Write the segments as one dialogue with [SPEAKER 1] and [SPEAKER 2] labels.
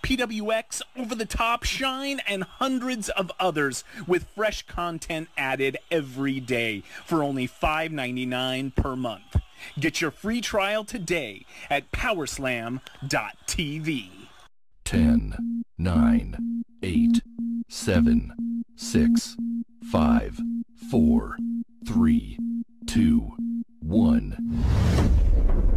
[SPEAKER 1] PWX, Over the Top, Shine, and hundreds of others with fresh content added every day for only $5.99 per month. Get your free trial today at powerslam.tv.
[SPEAKER 2] 10, 9, 8, 7, 6, 5, 4, 3, 2, 1.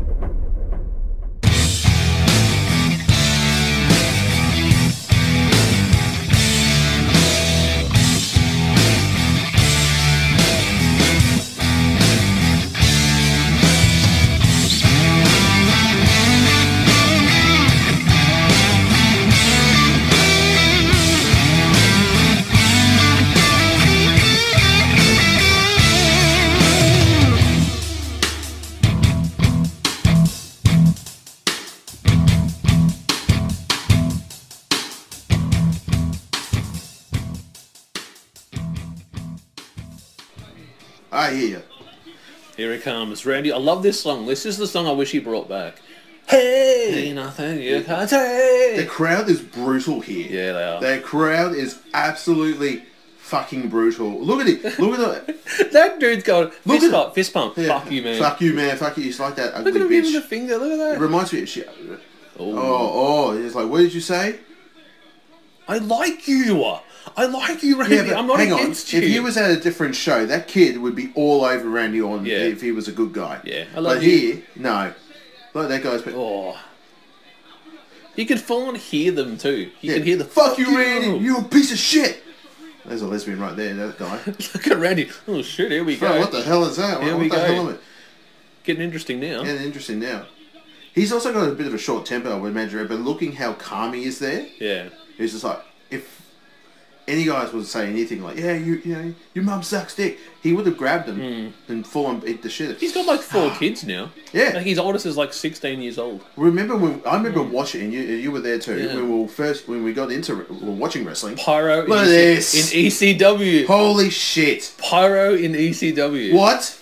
[SPEAKER 3] I hear you.
[SPEAKER 4] Here it comes, Randy. I love this song. This is the song I wish he brought back. Hey, nothing you can't
[SPEAKER 3] The
[SPEAKER 4] take.
[SPEAKER 3] crowd is brutal here.
[SPEAKER 4] Yeah, they are.
[SPEAKER 3] Their crowd is absolutely fucking brutal. Look at it. Look at the
[SPEAKER 4] that dude's going
[SPEAKER 3] Look
[SPEAKER 4] fist
[SPEAKER 3] at-
[SPEAKER 4] pump, fist pump.
[SPEAKER 3] yeah.
[SPEAKER 4] Fuck you, man.
[SPEAKER 3] Fuck you, man. Fuck you. It's like that ugly
[SPEAKER 4] Look at him giving the
[SPEAKER 3] bitch.
[SPEAKER 4] finger. Look at
[SPEAKER 3] It
[SPEAKER 4] that.
[SPEAKER 3] reminds me of shit.
[SPEAKER 4] Oh.
[SPEAKER 3] Oh, oh. It's like, what did you say?
[SPEAKER 4] I like you. I like you, Randy. I'm not
[SPEAKER 3] hang
[SPEAKER 4] against
[SPEAKER 3] on.
[SPEAKER 4] you.
[SPEAKER 3] If he was at a different show, that kid would be all over Randy Orton
[SPEAKER 4] Yeah.
[SPEAKER 3] if he was a good guy.
[SPEAKER 4] Yeah, I love
[SPEAKER 3] but
[SPEAKER 4] you.
[SPEAKER 3] here, no. Like that guy's been.
[SPEAKER 4] Oh. You can full on hear them too. You
[SPEAKER 3] yeah,
[SPEAKER 4] can hear the
[SPEAKER 3] fuck, you, Randy.
[SPEAKER 4] oh."
[SPEAKER 3] You're a piece of shit. There's a lesbian right there. That guy.
[SPEAKER 4] Look at Randy. Oh shit, here we
[SPEAKER 3] Bro,
[SPEAKER 4] go.
[SPEAKER 3] what the hell is that?
[SPEAKER 4] Here
[SPEAKER 3] what
[SPEAKER 4] we
[SPEAKER 3] the
[SPEAKER 4] go.
[SPEAKER 3] hell am I?
[SPEAKER 4] Getting interesting now.
[SPEAKER 3] Yeah, interesting now. He's also got a bit of a short temper, I would imagine, but looking how calm he is there,
[SPEAKER 4] Yeah.
[SPEAKER 3] he's just like, if any guys would say anything like, yeah, you, you know, your mum sucks dick, he would have grabbed him and full on beat the shit.
[SPEAKER 4] Hmm. He's got like four kids now.
[SPEAKER 3] Ah. Yeah.
[SPEAKER 4] Like his oldest is like 16 years old.
[SPEAKER 3] Remember when I remember watching and you, you were there too
[SPEAKER 4] Hmm. Yeah.
[SPEAKER 3] when we were first when we got into we were watching wrestling.
[SPEAKER 4] Pyro
[SPEAKER 3] Look at
[SPEAKER 4] in, E
[SPEAKER 3] this.
[SPEAKER 4] in ECW.
[SPEAKER 3] Holy shit!
[SPEAKER 4] Pyro in E ECW.
[SPEAKER 3] What?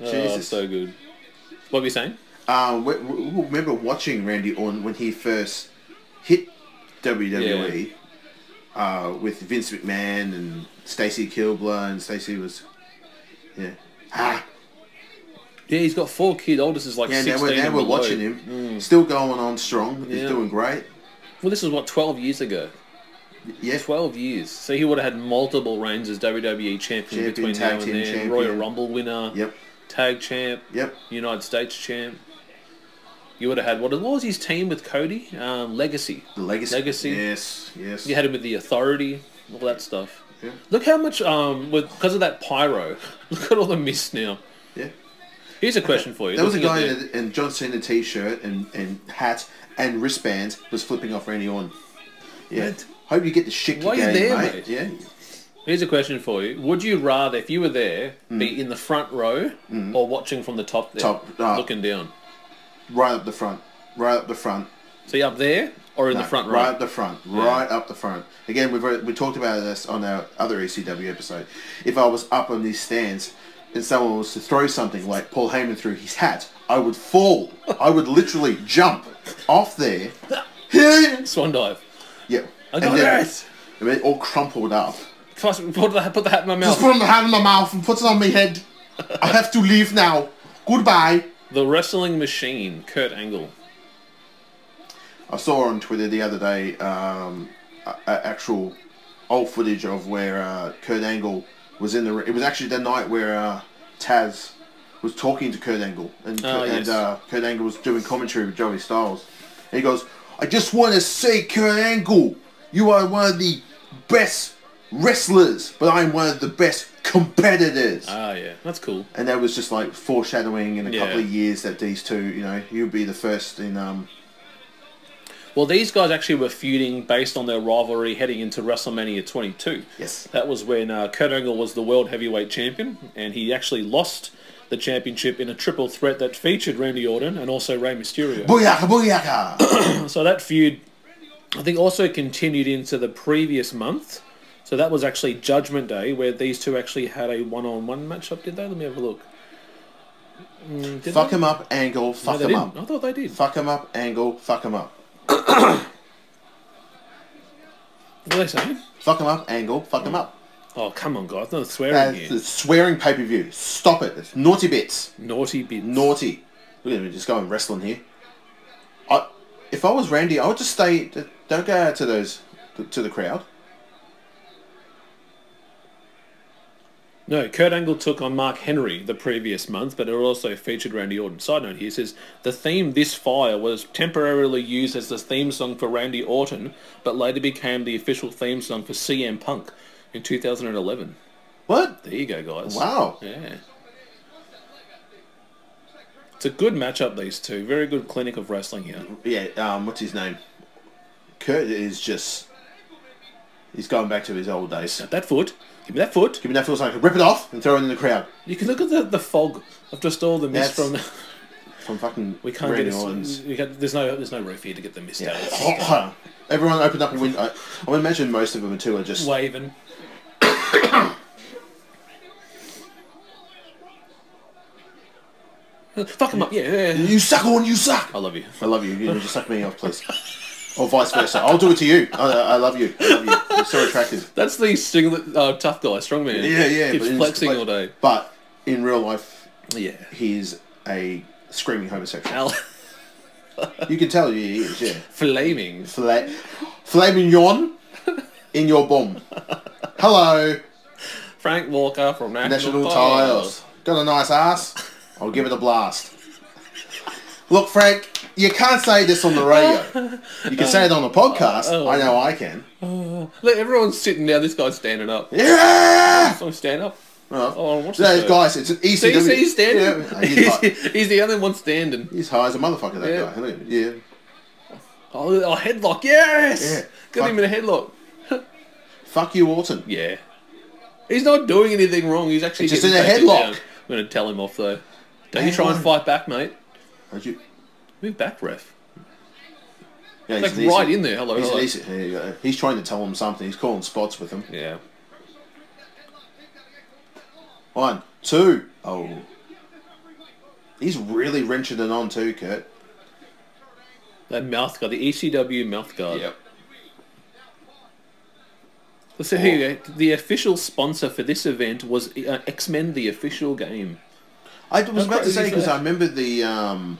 [SPEAKER 4] Oh,
[SPEAKER 3] Jesus.
[SPEAKER 4] so good. What were you saying?
[SPEAKER 3] Uh, we, we we remember watching Randy Orton when he first hit WWE uh, with Vince McMahon and Stacy Kilbler, and Stacy was, yeah, ah,
[SPEAKER 4] Yeah, he's got four kids. Oldest is like
[SPEAKER 3] yeah.
[SPEAKER 4] 16.
[SPEAKER 3] Now we're, now
[SPEAKER 4] and
[SPEAKER 3] we're
[SPEAKER 4] below. Mm.
[SPEAKER 3] watching him, still going on strong. He's
[SPEAKER 4] Yeah.
[SPEAKER 3] doing great.
[SPEAKER 4] Well, this is what 12 years ago.
[SPEAKER 3] Yeah,
[SPEAKER 4] 12 years. So he would have had multiple reigns as WWE champion,
[SPEAKER 3] Champion,
[SPEAKER 4] between
[SPEAKER 3] tag
[SPEAKER 4] now and
[SPEAKER 3] team
[SPEAKER 4] then.
[SPEAKER 3] champion.
[SPEAKER 4] Royal Rumble winner.
[SPEAKER 3] Yep.
[SPEAKER 4] Tag champ.
[SPEAKER 3] Yep.
[SPEAKER 4] United States champ. You would have had what, what was his team with Cody? Um, Legacy.
[SPEAKER 3] the legacy.
[SPEAKER 4] Legacy.
[SPEAKER 3] Yes, yes.
[SPEAKER 4] You had him with the Authority, all that stuff.
[SPEAKER 3] Yeah.
[SPEAKER 4] Look how much um because of that pyro. Look at all the mist now.
[SPEAKER 3] yeah.
[SPEAKER 4] Here's a question for you.
[SPEAKER 3] There was a
[SPEAKER 4] Looking at
[SPEAKER 3] guy
[SPEAKER 4] the-
[SPEAKER 3] in a, in John Cena t-shirt and, and hat and wristbands was flipping off Randy Orton. Yeah.
[SPEAKER 4] What?
[SPEAKER 3] Hope you get the shit you
[SPEAKER 4] Why are you
[SPEAKER 3] gave,
[SPEAKER 4] there,
[SPEAKER 3] mate.
[SPEAKER 4] mate?
[SPEAKER 3] Yeah.
[SPEAKER 4] Here's a question for you. Would you rather, if you were there, be in the front row or watching from the top there,
[SPEAKER 3] Hmm. Top, uh,
[SPEAKER 4] looking down?
[SPEAKER 3] Right up the front. Right up the front.
[SPEAKER 4] So you're up there or in
[SPEAKER 3] No,
[SPEAKER 4] the front row?
[SPEAKER 3] right up the front, right up the front. Again, we've already, we talked about this on our other ECW episode. If I was up on these stands and someone was to throw something like Paul Heyman through his hat, I would fall. I would literally jump off there. yeah,
[SPEAKER 4] Swan dive. I
[SPEAKER 3] and
[SPEAKER 4] got
[SPEAKER 3] then,
[SPEAKER 4] it.
[SPEAKER 3] I mean, all crumpled up.
[SPEAKER 4] Plus, Put the, put the hat in my
[SPEAKER 3] Just
[SPEAKER 4] mouth.
[SPEAKER 3] put my hand in my mouth and put it on my head. I have to leave now. Goodbye.
[SPEAKER 4] The wrestling machine, Kurt Angle.
[SPEAKER 3] I saw on Twitter the other day um, a, a actual old footage of where uh, Kurt Angle was in the. ri- It was actually the night where uh, Taz was talking to Kurt Angle, and
[SPEAKER 4] Ah,
[SPEAKER 3] and
[SPEAKER 4] yes.
[SPEAKER 3] uh, Kurt Angle was doing commentary with Joey Styles. And he goes, "I just want to say, Kurt Angle, you are one of the best wrestlers, but I'm one of the best competitors."
[SPEAKER 4] Ah, yeah, that's cool.
[SPEAKER 3] and that was just like foreshadowing in a
[SPEAKER 4] Yeah.
[SPEAKER 3] couple of years that these two, you know, you'll be the first in um,
[SPEAKER 4] Well, these guys actually were feuding based on their rivalry heading into WrestleMania 22.
[SPEAKER 3] Yes.
[SPEAKER 4] That was when uh, Kurt Angle was the world heavyweight champion, and he actually lost the championship in a triple threat that featured Randy Orton and also Rey Mysterio.
[SPEAKER 3] Booyaka, booyaka!
[SPEAKER 4] So that feud, I think, also continued into the previous month. So that was actually Judgment Day, where these two actually had a one-on-one matchup. Did they? Let me have a look. Mm, did
[SPEAKER 3] fuck
[SPEAKER 4] they?
[SPEAKER 3] him up, angle, fuck
[SPEAKER 4] they
[SPEAKER 3] him
[SPEAKER 4] didn't. I
[SPEAKER 3] up.
[SPEAKER 4] thought they did.
[SPEAKER 3] Fuck him up, angle, fuck him up.
[SPEAKER 4] What are they saying?
[SPEAKER 3] Fuck him up, angle, fuck him up.
[SPEAKER 4] Oh, come on, guys! No swearing
[SPEAKER 3] That's
[SPEAKER 4] here.
[SPEAKER 3] the swearing pay per view. Stop it. It's naughty bits.
[SPEAKER 4] Naughty bit.
[SPEAKER 3] Naughty. We're gonna just go and wrestling here. I, if I was Randy, I would just stay. Don't go out to those to the crowd.
[SPEAKER 4] No, Kurt Angle took on Mark Henry the previous month, but it also featured Randy Orton. Side note here says the theme This Fire was temporarily used as the theme song for Randy Orton, but later became the official theme song for CM Punk in 2011.
[SPEAKER 3] What?
[SPEAKER 4] There you go, guys.
[SPEAKER 3] Wow.
[SPEAKER 4] Yeah. It's a good matchup, these two. Very good clinic of wrestling here.
[SPEAKER 3] Yeah. Um. What's his name? Kurt is just. He's going back to his old days.
[SPEAKER 4] That foot. Give me that foot.
[SPEAKER 3] Give me that feels like rip it off and throw it in the crowd.
[SPEAKER 4] You can look at the, the fog of just all the mist
[SPEAKER 3] That's-
[SPEAKER 4] from...
[SPEAKER 3] From fucking
[SPEAKER 4] We can't
[SPEAKER 3] Randy
[SPEAKER 4] get a,
[SPEAKER 3] Orton's.
[SPEAKER 4] we can't, there's no there's no roof here to get the mist out. It's just
[SPEAKER 3] Yeah. Everyone opened up a window. I would imagine most of them too are just
[SPEAKER 4] waving. Fuck him up, yeah, yeah. yeah.
[SPEAKER 3] You suck on, you suck.
[SPEAKER 4] I love you.
[SPEAKER 3] I love you. You just suck me off, please. Or vice versa. I'll do it to you. I, I love you. I love you. You're so attractive.
[SPEAKER 4] That's the singlet uh, tough guy, strongman.
[SPEAKER 3] Yeah, yeah.
[SPEAKER 4] Keeps
[SPEAKER 3] in-
[SPEAKER 4] flexing all day.
[SPEAKER 3] But in real life,
[SPEAKER 4] Yeah.
[SPEAKER 3] he's a screaming homosexual.
[SPEAKER 4] Al
[SPEAKER 3] You can tell he is, yeah.
[SPEAKER 4] flaming.
[SPEAKER 3] Fla- flaming yawn in your bomb. Hello,
[SPEAKER 4] Frank Walker from National,
[SPEAKER 3] National
[SPEAKER 4] Tiles.
[SPEAKER 3] Tiles. Got a nice ass. I'll give it a blast. Look, Frank, you can't say this on the radio. You can say it on a podcast.
[SPEAKER 4] Oh.
[SPEAKER 3] I know I can.
[SPEAKER 4] Look, everyone's sitting down. This guy's standing up.
[SPEAKER 3] Yeah!
[SPEAKER 4] So stand up.
[SPEAKER 3] Well,
[SPEAKER 4] Oh, what's
[SPEAKER 3] no,
[SPEAKER 4] this
[SPEAKER 3] guys, it's an
[SPEAKER 4] See,
[SPEAKER 3] ECW.
[SPEAKER 4] he's, he's standing.
[SPEAKER 3] Yeah, he's, high,
[SPEAKER 4] he's, he's the only one standing.
[SPEAKER 3] he's high as a motherfucker, that
[SPEAKER 4] Yeah.
[SPEAKER 3] guy. Look at him. Yeah.
[SPEAKER 4] Oh, oh headlock! Yes,
[SPEAKER 3] Yeah.
[SPEAKER 4] got him in a headlock.
[SPEAKER 3] Fuck you, Orton.
[SPEAKER 4] Yeah, he's not doing anything wrong. He's actually
[SPEAKER 3] He's just
[SPEAKER 4] getting
[SPEAKER 3] in a
[SPEAKER 4] taken
[SPEAKER 3] headlock.
[SPEAKER 4] down. I'm gonna tell him off though. Don't you
[SPEAKER 3] Hang
[SPEAKER 4] try and
[SPEAKER 3] on.
[SPEAKER 4] fight back, mate.
[SPEAKER 3] Aren't you-
[SPEAKER 4] Move back, ref.
[SPEAKER 3] Yeah,
[SPEAKER 4] Like
[SPEAKER 3] he's an
[SPEAKER 4] right
[SPEAKER 3] EC-
[SPEAKER 4] in there. Hello,
[SPEAKER 3] He's, an
[SPEAKER 4] hello.
[SPEAKER 3] EC- there you go. he's trying to tell him something. He's calling spots with him.
[SPEAKER 4] Yeah.
[SPEAKER 3] One, two. Oh. He's really wrenching it on too, Kurt.
[SPEAKER 4] That mouth guard, the ECW mouth guard. So here you go. The official sponsor for this event was uh, X Men: The Official Game.
[SPEAKER 3] I was about to
[SPEAKER 4] crazy
[SPEAKER 3] say
[SPEAKER 4] is
[SPEAKER 3] because
[SPEAKER 4] that?
[SPEAKER 3] I remember the um,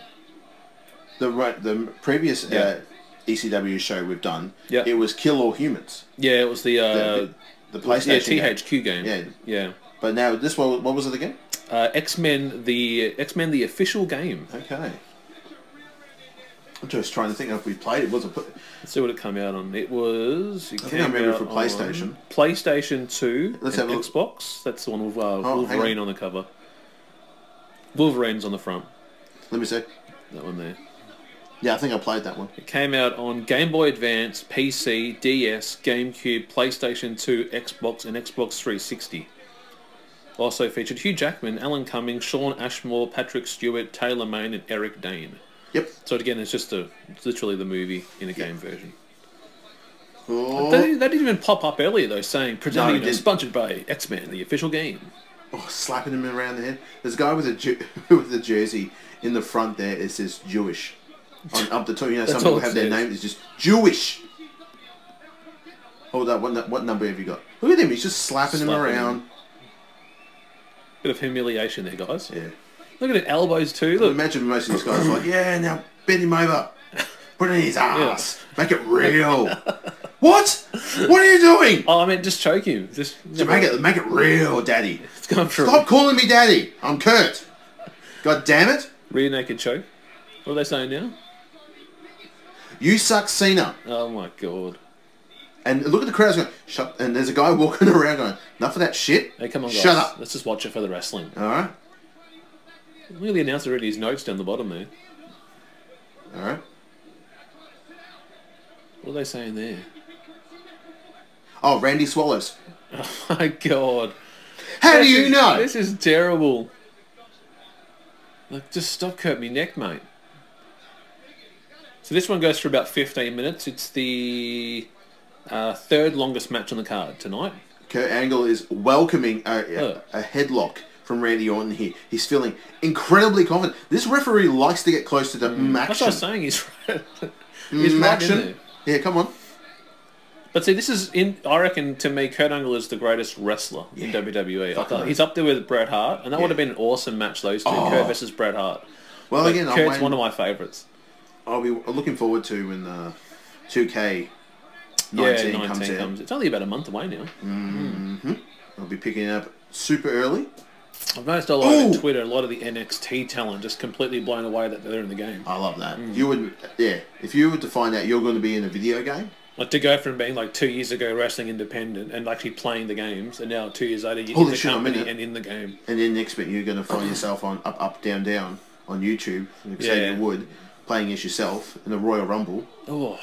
[SPEAKER 3] the re- the previous uh,
[SPEAKER 4] Yeah.
[SPEAKER 3] ECW show we've done.
[SPEAKER 4] Yeah.
[SPEAKER 3] It was Kill All Humans.
[SPEAKER 4] Yeah, it was the uh,
[SPEAKER 3] The, the
[SPEAKER 4] yeah
[SPEAKER 3] PlayStation. game.
[SPEAKER 4] THQ game.
[SPEAKER 3] Yeah.
[SPEAKER 4] yeah.
[SPEAKER 3] But now this one, what was it again?
[SPEAKER 4] Uh, X Men: The X Men: The Official Game.
[SPEAKER 3] Okay. I'm just trying to think if we played it. Was it? put-
[SPEAKER 4] Let's see what it came out on. It was. It
[SPEAKER 3] I think
[SPEAKER 4] came
[SPEAKER 3] I remember
[SPEAKER 4] out
[SPEAKER 3] for PlayStation.
[SPEAKER 4] on PlayStation Two.
[SPEAKER 3] Let's
[SPEAKER 4] and
[SPEAKER 3] have a look. Oh,
[SPEAKER 4] Xbox. That's the one with uh,
[SPEAKER 3] hang
[SPEAKER 4] Wolverine on the cover. Wolverine's on the front.
[SPEAKER 3] Let me see.
[SPEAKER 4] That one there.
[SPEAKER 3] Yeah, I think I played that one.
[SPEAKER 4] It came out on Game Boy Advance, PC, DS, GameCube, PlayStation 2, Xbox, and Xbox 360. Also featured Hugh Jackman, Alan Cumming, Sean Ashmore, Patrick Stewart, Taylor Main, and Eric Dane.
[SPEAKER 3] Yep.
[SPEAKER 4] So again, it's just a it's literally the movie in a game version.
[SPEAKER 3] Oh,
[SPEAKER 4] They, they didn't even pop up earlier though, saying presenting
[SPEAKER 3] didn't.
[SPEAKER 4] no, sponsored by X Men, the official game.
[SPEAKER 3] oh, slapping him around the head. There's a guy with a ju- with a jersey in the front there. It says Jewish. On, up the top, you know, some
[SPEAKER 4] That's
[SPEAKER 3] people
[SPEAKER 4] all it
[SPEAKER 3] have their
[SPEAKER 4] says.
[SPEAKER 3] name. It's just Jewish. Hold up. What, nu- what number have you got? Look at him. He's just slapping, him
[SPEAKER 4] Slapping him.
[SPEAKER 3] around.
[SPEAKER 4] Bit of humiliation there, guys.
[SPEAKER 3] Yeah. Mm.
[SPEAKER 4] Look at it, elbows too.
[SPEAKER 3] But
[SPEAKER 4] Look,
[SPEAKER 3] imagine most of these guys are like, yeah, now bend him over, put it in his ass, make it real. what? What are you doing?
[SPEAKER 4] oh, I mean, just choke him. Just
[SPEAKER 3] To make it, make it real, Daddy.
[SPEAKER 4] It's gone for a
[SPEAKER 3] Stop calling me Daddy. I'm Kurt. God damn it.
[SPEAKER 4] rear naked choke. What are they saying now?
[SPEAKER 3] You suck, Cena.
[SPEAKER 4] Oh my god.
[SPEAKER 3] And look at the crowds going. Shut. And there's a guy walking around going, enough of that shit.
[SPEAKER 4] Hey, come on, guys.
[SPEAKER 3] Shut up.
[SPEAKER 4] Let's just watch it for the wrestling.
[SPEAKER 3] All right.
[SPEAKER 4] Look at the announcer reading his notes down the bottom there.
[SPEAKER 3] All right.
[SPEAKER 4] What are they saying there?
[SPEAKER 3] Oh, Randy Swallows.
[SPEAKER 4] Oh my god.
[SPEAKER 3] How do
[SPEAKER 4] This
[SPEAKER 3] you
[SPEAKER 4] is-
[SPEAKER 3] know?
[SPEAKER 4] This is terrible. Like, just stop curt me neck, mate. So this one goes for about 15 minutes. It's the uh, third longest match on the card tonight.
[SPEAKER 3] Kurt Angle is welcoming a, a,
[SPEAKER 4] Oh.
[SPEAKER 3] a headlock from Randy Orton here. He's feeling incredibly confident. This referee likes to get close to the mm,
[SPEAKER 4] Hmm. That's what I
[SPEAKER 3] action. Mm,
[SPEAKER 4] was saying. He's right, he's right in there.
[SPEAKER 3] Yeah, come on.
[SPEAKER 4] But see, this is in. I reckon to me, Kurt Angle is the greatest wrestler in WWE. I
[SPEAKER 3] Fucking Oh.
[SPEAKER 4] thought
[SPEAKER 3] right.
[SPEAKER 4] he's up there with Bret Hart, and that would have been an awesome match. Those two, Kurt versus Bret Hart.
[SPEAKER 3] Well,
[SPEAKER 4] But
[SPEAKER 3] again, I'm
[SPEAKER 4] Kurt's
[SPEAKER 3] waiting-
[SPEAKER 4] one of my favorites.
[SPEAKER 3] I'll be looking forward to when uh, 2K19
[SPEAKER 4] yeah, nineteen
[SPEAKER 3] comes
[SPEAKER 4] comes,
[SPEAKER 3] out.
[SPEAKER 4] It's only about a month away now.
[SPEAKER 3] I'll be picking it up super early.
[SPEAKER 4] I've noticed a lot on
[SPEAKER 3] Ooh.
[SPEAKER 4] Twitter, a lot of the NXT talent just completely blown away that they're in the game.
[SPEAKER 3] I love that. You would, yeah. If you were to find out you're going to be in a video game,
[SPEAKER 4] Like to go from being like two years ago wrestling independent and actually playing the games, and now two years later you're
[SPEAKER 3] Holy
[SPEAKER 4] in the
[SPEAKER 3] shit, I'm in
[SPEAKER 4] company
[SPEAKER 3] it.
[SPEAKER 4] and in the game.
[SPEAKER 3] and then next bit you're going to find yourself on up, up, down, down on YouTube, like Xavier
[SPEAKER 4] Yeah.
[SPEAKER 3] Wood playing as yourself in the Royal Rumble.
[SPEAKER 4] Oh.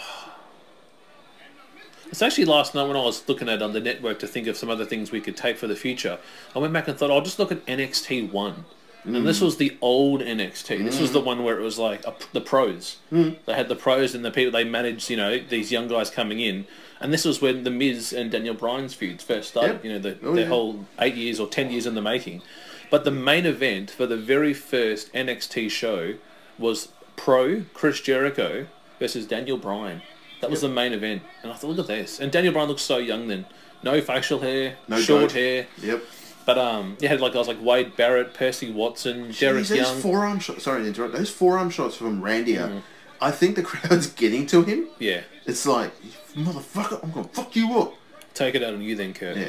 [SPEAKER 4] It's actually last night when I was looking at on the network to think of some other things we could take for the future. I went back and thought I'll just look at NXT one, and
[SPEAKER 3] Mm.
[SPEAKER 4] this was the old NXT. This was the one where it was like a, the pros.
[SPEAKER 3] Mm.
[SPEAKER 4] They had the pros and the people they managed. You know these young guys coming in, and this was when the Miz and Daniel Bryan's feuds first started.
[SPEAKER 3] Yep.
[SPEAKER 4] You know the,
[SPEAKER 3] Oh,
[SPEAKER 4] their
[SPEAKER 3] yeah.
[SPEAKER 4] whole eight years or ten years in the making. But the main event for the very first NXT show was Pro Chris Jericho versus Daniel Bryan. That was the main event, and I thought, look at this. And Daniel Bryan looked so young then. No facial hair,
[SPEAKER 3] No
[SPEAKER 4] short
[SPEAKER 3] goatee.
[SPEAKER 4] hair.
[SPEAKER 3] Yep.
[SPEAKER 4] But um, you had like guys like Wade Barrett, Percy Watson, Derek
[SPEAKER 3] Jeez, those
[SPEAKER 4] Young. Mm-hmm.
[SPEAKER 3] forearm shots. Sorry to interrupt. Those forearm shots from Randy. are- I think the crowd's getting to him.
[SPEAKER 4] Yeah,
[SPEAKER 3] It's like, "You motherfucker, I'm going to fuck you up.
[SPEAKER 4] take it out on you then, Kurt.
[SPEAKER 3] Yeah.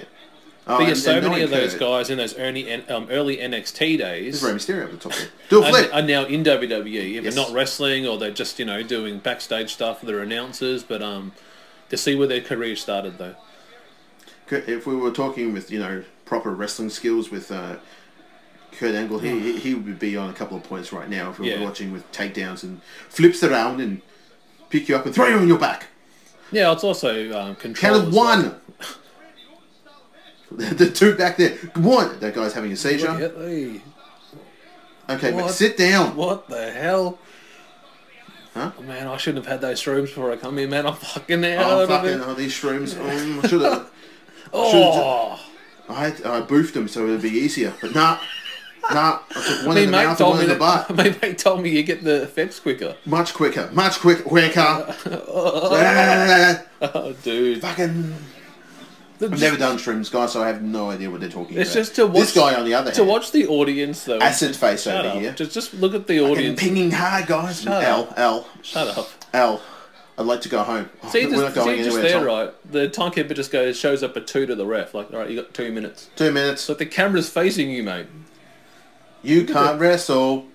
[SPEAKER 4] But
[SPEAKER 3] Oh,
[SPEAKER 4] yeah,
[SPEAKER 3] and-
[SPEAKER 4] so
[SPEAKER 3] and
[SPEAKER 4] many
[SPEAKER 3] knowing
[SPEAKER 4] of those
[SPEAKER 3] Kurt,
[SPEAKER 4] guys in those early N- um, early NXT days
[SPEAKER 3] There's Rey Mysterio at the top. there. Do a
[SPEAKER 4] are,
[SPEAKER 3] flip.
[SPEAKER 4] are now in WWE. If
[SPEAKER 3] Yes.
[SPEAKER 4] they're not wrestling or they're just you know doing backstage stuff, they're announcers. But um, to see where their career started though.
[SPEAKER 3] Kurt- if we were talking with you know proper wrestling skills with uh, Kurt Angle, he he- he would be on a couple of points right now if we
[SPEAKER 4] Yeah.
[SPEAKER 3] were watching with takedowns and flips around and pick you up and throw you on your back.
[SPEAKER 4] Yeah, it's also um,
[SPEAKER 3] Count
[SPEAKER 4] control.
[SPEAKER 3] of
[SPEAKER 4] as well.
[SPEAKER 3] one. the two back there. One. That guy's having a
[SPEAKER 4] Look
[SPEAKER 3] seizure.
[SPEAKER 4] at me.
[SPEAKER 3] Okay, mate,
[SPEAKER 4] What?
[SPEAKER 3] sit down.
[SPEAKER 4] What the hell? Oh,
[SPEAKER 3] Huh?
[SPEAKER 4] Man, I shouldn't have had those shrooms before I come in, man. I'm fucking out
[SPEAKER 3] Oh,
[SPEAKER 4] of
[SPEAKER 3] fucking,
[SPEAKER 4] it.
[SPEAKER 3] oh, these shrooms. Um, I should have.
[SPEAKER 4] Oh,
[SPEAKER 3] I, had, I boofed them so it would be easier. But nah. Nah. I took one
[SPEAKER 4] me
[SPEAKER 3] in the
[SPEAKER 4] mate
[SPEAKER 3] mouth and
[SPEAKER 4] told
[SPEAKER 3] one
[SPEAKER 4] me
[SPEAKER 3] in the
[SPEAKER 4] that.
[SPEAKER 3] butt.
[SPEAKER 4] Me mate told me you get the effects quicker.
[SPEAKER 3] Much quicker. Much quick, quicker. Ah,
[SPEAKER 4] Oh, dude.
[SPEAKER 3] fucking. I've never done shrooms, guys, so I have no idea what they're talking about.
[SPEAKER 4] It's just to watch
[SPEAKER 3] This guy on the other
[SPEAKER 4] to
[SPEAKER 3] hand.
[SPEAKER 4] watch the audience though.
[SPEAKER 3] Acid face
[SPEAKER 4] Shut
[SPEAKER 3] over
[SPEAKER 4] up.
[SPEAKER 3] here.
[SPEAKER 4] Just just look at the
[SPEAKER 3] Fucking
[SPEAKER 4] audience.
[SPEAKER 3] pinging hard, guys.
[SPEAKER 4] Shut
[SPEAKER 3] L, L,
[SPEAKER 4] Shut up.
[SPEAKER 3] L. I'd like to go home. Oh,
[SPEAKER 4] See,
[SPEAKER 3] we're not
[SPEAKER 4] just,
[SPEAKER 3] going
[SPEAKER 4] see, just
[SPEAKER 3] anywhere.
[SPEAKER 4] there,
[SPEAKER 3] Tom.
[SPEAKER 4] right? The timekeeper just goes, shows up a two to the ref. Like, all right, you got two minutes.
[SPEAKER 3] Two minutes.
[SPEAKER 4] So the camera's facing you, mate.
[SPEAKER 3] You can't wrestle.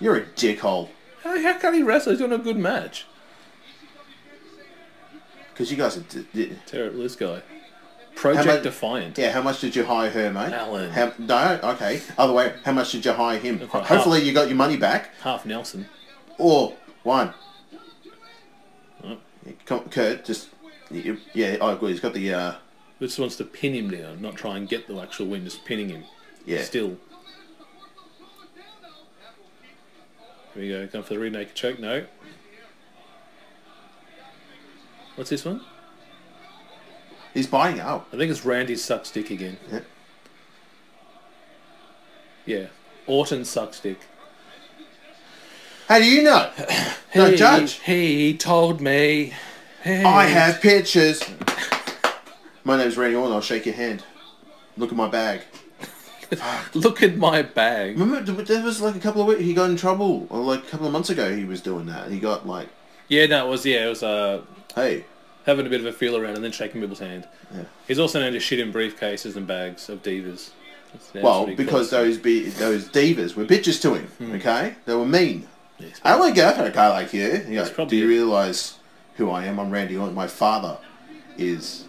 [SPEAKER 3] You're a dickhole.
[SPEAKER 4] How, how can he wrestle? He's doing a good match.
[SPEAKER 3] Because you guys are. D- d-
[SPEAKER 4] Terrible, this guy.
[SPEAKER 3] How
[SPEAKER 4] Project
[SPEAKER 3] about-
[SPEAKER 4] Defiant.
[SPEAKER 3] yeah, how much did you hire her, mate?
[SPEAKER 4] Alan.
[SPEAKER 3] How, no, okay. Other way, how much did you hire him?
[SPEAKER 4] Okay.
[SPEAKER 3] Hopefully you got your money back.
[SPEAKER 4] Half Nelson.
[SPEAKER 3] Or one. Come- Kurt, just. you- Yeah, oh, good. He's got the. Uh,
[SPEAKER 4] Just wants to pin him down, not try and get the actual win, just pinning him.
[SPEAKER 3] yeah.
[SPEAKER 4] Still. Here we go. Going for the rear naked choke. No. What's this one?
[SPEAKER 3] He's buying Oh. out.
[SPEAKER 4] I think it's Randy's sucks dick again.
[SPEAKER 3] Yeah.
[SPEAKER 4] Yeah. Orton sucks dick.
[SPEAKER 3] How do you know? Don't judge.
[SPEAKER 4] He told me. Hey.
[SPEAKER 3] I have pictures. My name's Randy Orton. I'll shake your hand. Look at my bag.
[SPEAKER 4] Look at my bag.
[SPEAKER 3] Remember, th- there was like a couple of weeks, he got in trouble. Or like a couple of months ago, he was doing that. He got like,
[SPEAKER 4] Yeah, no, it was yeah, it was uh
[SPEAKER 3] hey,
[SPEAKER 4] having a bit of a feel around and then shaking people's hand.
[SPEAKER 3] Yeah.
[SPEAKER 4] He's also known to shit in briefcases and bags of divas. That's- that's Hmm.
[SPEAKER 3] well,
[SPEAKER 4] what he
[SPEAKER 3] because
[SPEAKER 4] calls it.
[SPEAKER 3] those be- those divas were bitches to him. Okay, they were mean.
[SPEAKER 4] Yes,
[SPEAKER 3] I want to go for a guy like you. He goes, do
[SPEAKER 4] probably
[SPEAKER 3] you
[SPEAKER 4] it.
[SPEAKER 3] realize who I am? I'm Randy Orton. My father is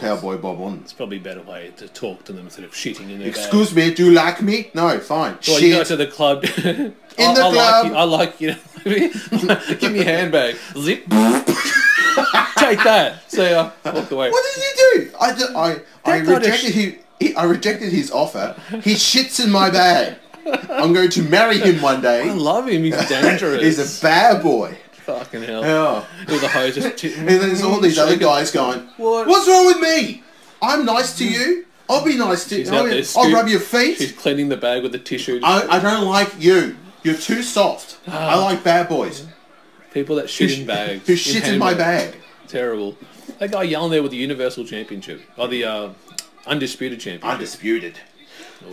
[SPEAKER 3] Cowboy Bob Orton.
[SPEAKER 4] it's probably a better way to talk to them instead of shitting in their
[SPEAKER 3] Excuse me, do you like me? No, fine.
[SPEAKER 4] Well, you go
[SPEAKER 3] Shit.
[SPEAKER 4] to the club. In I,
[SPEAKER 3] the
[SPEAKER 4] I
[SPEAKER 3] club.
[SPEAKER 4] like you. I like you. Give me a handbag. Zip. take that. See ya. Walk away.
[SPEAKER 3] What did he do? I, d- I, I
[SPEAKER 4] That guy
[SPEAKER 3] rejected
[SPEAKER 4] just-
[SPEAKER 3] he, he, I rejected his offer. He shits in my bag. I'm going to marry him one
[SPEAKER 4] I
[SPEAKER 3] day.
[SPEAKER 4] love him. He's dangerous. Oh.
[SPEAKER 3] He's a bad boy.
[SPEAKER 4] fucking hell.
[SPEAKER 3] Yeah.
[SPEAKER 4] With the hose just. T-
[SPEAKER 3] And then there's all these other guys going,
[SPEAKER 4] What?
[SPEAKER 3] What's wrong with me? I'm nice to you. I'll be nice to you.
[SPEAKER 4] She's out there
[SPEAKER 3] I'll,
[SPEAKER 4] scoop-
[SPEAKER 3] rub your
[SPEAKER 4] She's
[SPEAKER 3] feet.
[SPEAKER 4] cleaning the bag with a tissue.
[SPEAKER 3] I, I don't like you. You're too soft. I like bad boys
[SPEAKER 4] People that shit in Ah. bags.
[SPEAKER 3] who shit in my
[SPEAKER 4] handbags.
[SPEAKER 3] bag.
[SPEAKER 4] Terrible. That guy yelling there with the Universal Championship. Or the uh, Undisputed Championship.
[SPEAKER 3] Undisputed.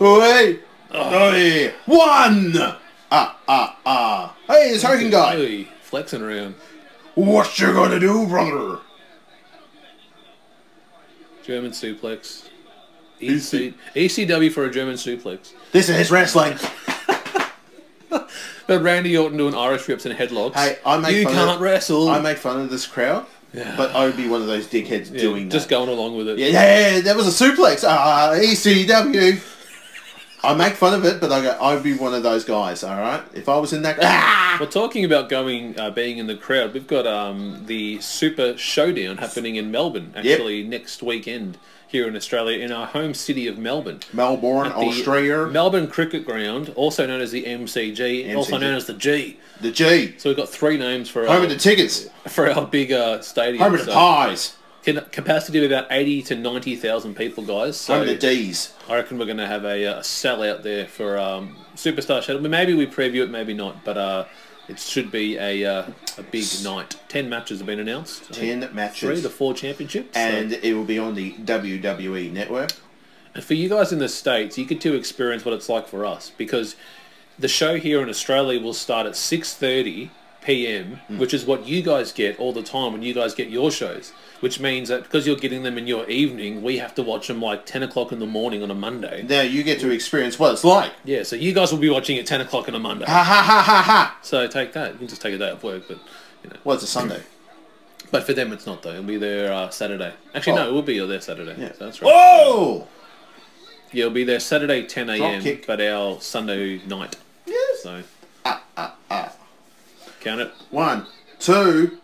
[SPEAKER 4] Oh.
[SPEAKER 3] Oh, Oi!
[SPEAKER 4] Ah.
[SPEAKER 3] Oi! One! Ah, ah, ah. Hey, this Hurricane guy.
[SPEAKER 4] Really flexing around.
[SPEAKER 3] What you gonna do, brother?
[SPEAKER 4] German suplex. E
[SPEAKER 3] EC.
[SPEAKER 4] EC- ECW for a German suplex.
[SPEAKER 3] This is wrestling.
[SPEAKER 4] But Randy Orton doing Irish rips and headlocks.
[SPEAKER 3] Hey, I make
[SPEAKER 4] you
[SPEAKER 3] fun
[SPEAKER 4] can't
[SPEAKER 3] of,
[SPEAKER 4] wrestle.
[SPEAKER 3] I make fun of this crowd, but I would be one of those dickheads
[SPEAKER 4] Yeah,
[SPEAKER 3] doing
[SPEAKER 4] just
[SPEAKER 3] that.
[SPEAKER 4] going along with it.
[SPEAKER 3] Yeah, yeah, yeah, that was a suplex. Ah, ECW. I make fun of it, but I go, I'd be one of those guys. All right, if I was in that. Ah!
[SPEAKER 4] Well, talking about going, uh, being in the crowd, we've got um, the Super Showdown happening in Melbourne actually next weekend here in Australia in our home city of Melbourne.
[SPEAKER 3] Melbourne,
[SPEAKER 4] At the
[SPEAKER 3] Australia,
[SPEAKER 4] Melbourne Cricket Ground, also known as the MCG, also
[SPEAKER 3] MCG.
[SPEAKER 4] known as the G.
[SPEAKER 3] the G,
[SPEAKER 4] So we've got three names for
[SPEAKER 3] home
[SPEAKER 4] our,
[SPEAKER 3] of the tickets,
[SPEAKER 4] for our big uh, stadium.
[SPEAKER 3] home of the
[SPEAKER 4] So
[SPEAKER 3] pies,
[SPEAKER 4] can- capacity of about eighty to ninety thousand people, guys. So
[SPEAKER 3] home of the D's.
[SPEAKER 4] I reckon we're going to have a, uh, a sellout there for um, Superstar Shuttle. But Maybe we preview it, maybe not. But uh, it should be a uh, a big night. Ten matches have been announced. I think
[SPEAKER 3] Ten
[SPEAKER 4] Three
[SPEAKER 3] matches,
[SPEAKER 4] to four championships. so-
[SPEAKER 3] and it will be on the WWE network.
[SPEAKER 4] And for you guys in the states, you get to experience what it's like for us because the show here in Australia will start at six thirty p.m.,
[SPEAKER 3] Hmm.
[SPEAKER 4] which is what you guys get all the time when you guys get your shows. Which means that because you're getting them in your evening, we have to watch them like ten o'clock in the morning on a Monday.
[SPEAKER 3] Now you get to experience what it's like.
[SPEAKER 4] Yeah, so you guys will be watching at ten o'clock on a Monday.
[SPEAKER 3] Ha ha ha ha ha.
[SPEAKER 4] So take that. You can just take a day off work, but you know.
[SPEAKER 3] Well, it's a Sunday.
[SPEAKER 4] But for them, it's not though. It'll be there uh, Saturday. Actually,
[SPEAKER 3] Oh.
[SPEAKER 4] no, it will be there Saturday.
[SPEAKER 3] Yeah.
[SPEAKER 4] So that's right. Oh!
[SPEAKER 3] Whoa!
[SPEAKER 4] Yeah, it'll be there Saturday ten
[SPEAKER 3] Drop
[SPEAKER 4] a.m.
[SPEAKER 3] kick. Ah,
[SPEAKER 4] But our Sunday night.
[SPEAKER 3] Yes.
[SPEAKER 4] So. Count it.
[SPEAKER 3] One, two,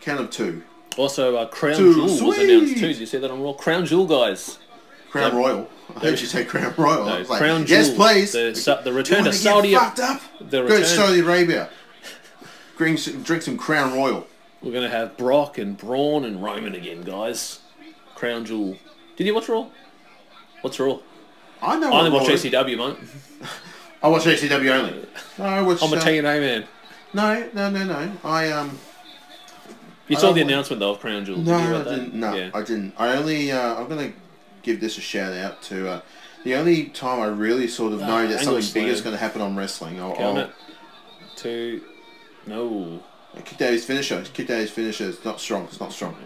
[SPEAKER 3] count of two.
[SPEAKER 4] Also, uh, Crown
[SPEAKER 3] Two,
[SPEAKER 4] Jewel was
[SPEAKER 3] sweet.
[SPEAKER 4] announced too. Did you see that on Raw? Crown Jewel, guys.
[SPEAKER 3] Crown Royal. I heard you say Crown Royal.
[SPEAKER 4] No,
[SPEAKER 3] I was like,
[SPEAKER 4] Crown
[SPEAKER 3] yes,
[SPEAKER 4] Jewel.
[SPEAKER 3] please.
[SPEAKER 4] The Sa- the return
[SPEAKER 3] You wanna
[SPEAKER 4] to
[SPEAKER 3] get
[SPEAKER 4] Saudi-
[SPEAKER 3] Fucked up?
[SPEAKER 4] the
[SPEAKER 3] Go to
[SPEAKER 4] return-
[SPEAKER 3] Saudi Arabia. Drink, some- drink some Crown Royal.
[SPEAKER 4] We're gonna have Brock and Braun and Roman again, guys. Crown Jewel. Did you watch Raw? What's Raw?
[SPEAKER 3] I know.
[SPEAKER 4] I
[SPEAKER 3] what
[SPEAKER 4] only watch
[SPEAKER 3] Royal-
[SPEAKER 4] ECW, mate.
[SPEAKER 3] I watch ECW only. No, I watch.
[SPEAKER 4] I'm a
[SPEAKER 3] uh,
[SPEAKER 4] TNA man.
[SPEAKER 3] No, no, no, no. I um.
[SPEAKER 4] You saw
[SPEAKER 3] don't
[SPEAKER 4] the
[SPEAKER 3] watch-
[SPEAKER 4] announcement though of Crown Jewel.
[SPEAKER 3] No,
[SPEAKER 4] did you hear
[SPEAKER 3] I
[SPEAKER 4] about that?
[SPEAKER 3] didn't. No,
[SPEAKER 4] Yeah.
[SPEAKER 3] I didn't. I only. Uh, I'm gonna give this a shout out to. Uh, the only time I really sort of know that
[SPEAKER 4] Angle
[SPEAKER 3] something big is
[SPEAKER 4] slam.
[SPEAKER 3] going to happen on wrestling, I'll,
[SPEAKER 4] Count
[SPEAKER 3] I'll
[SPEAKER 4] it. Two. No.
[SPEAKER 3] kick out his finisher. Kick out his finisher. It's not strong. It's not strong.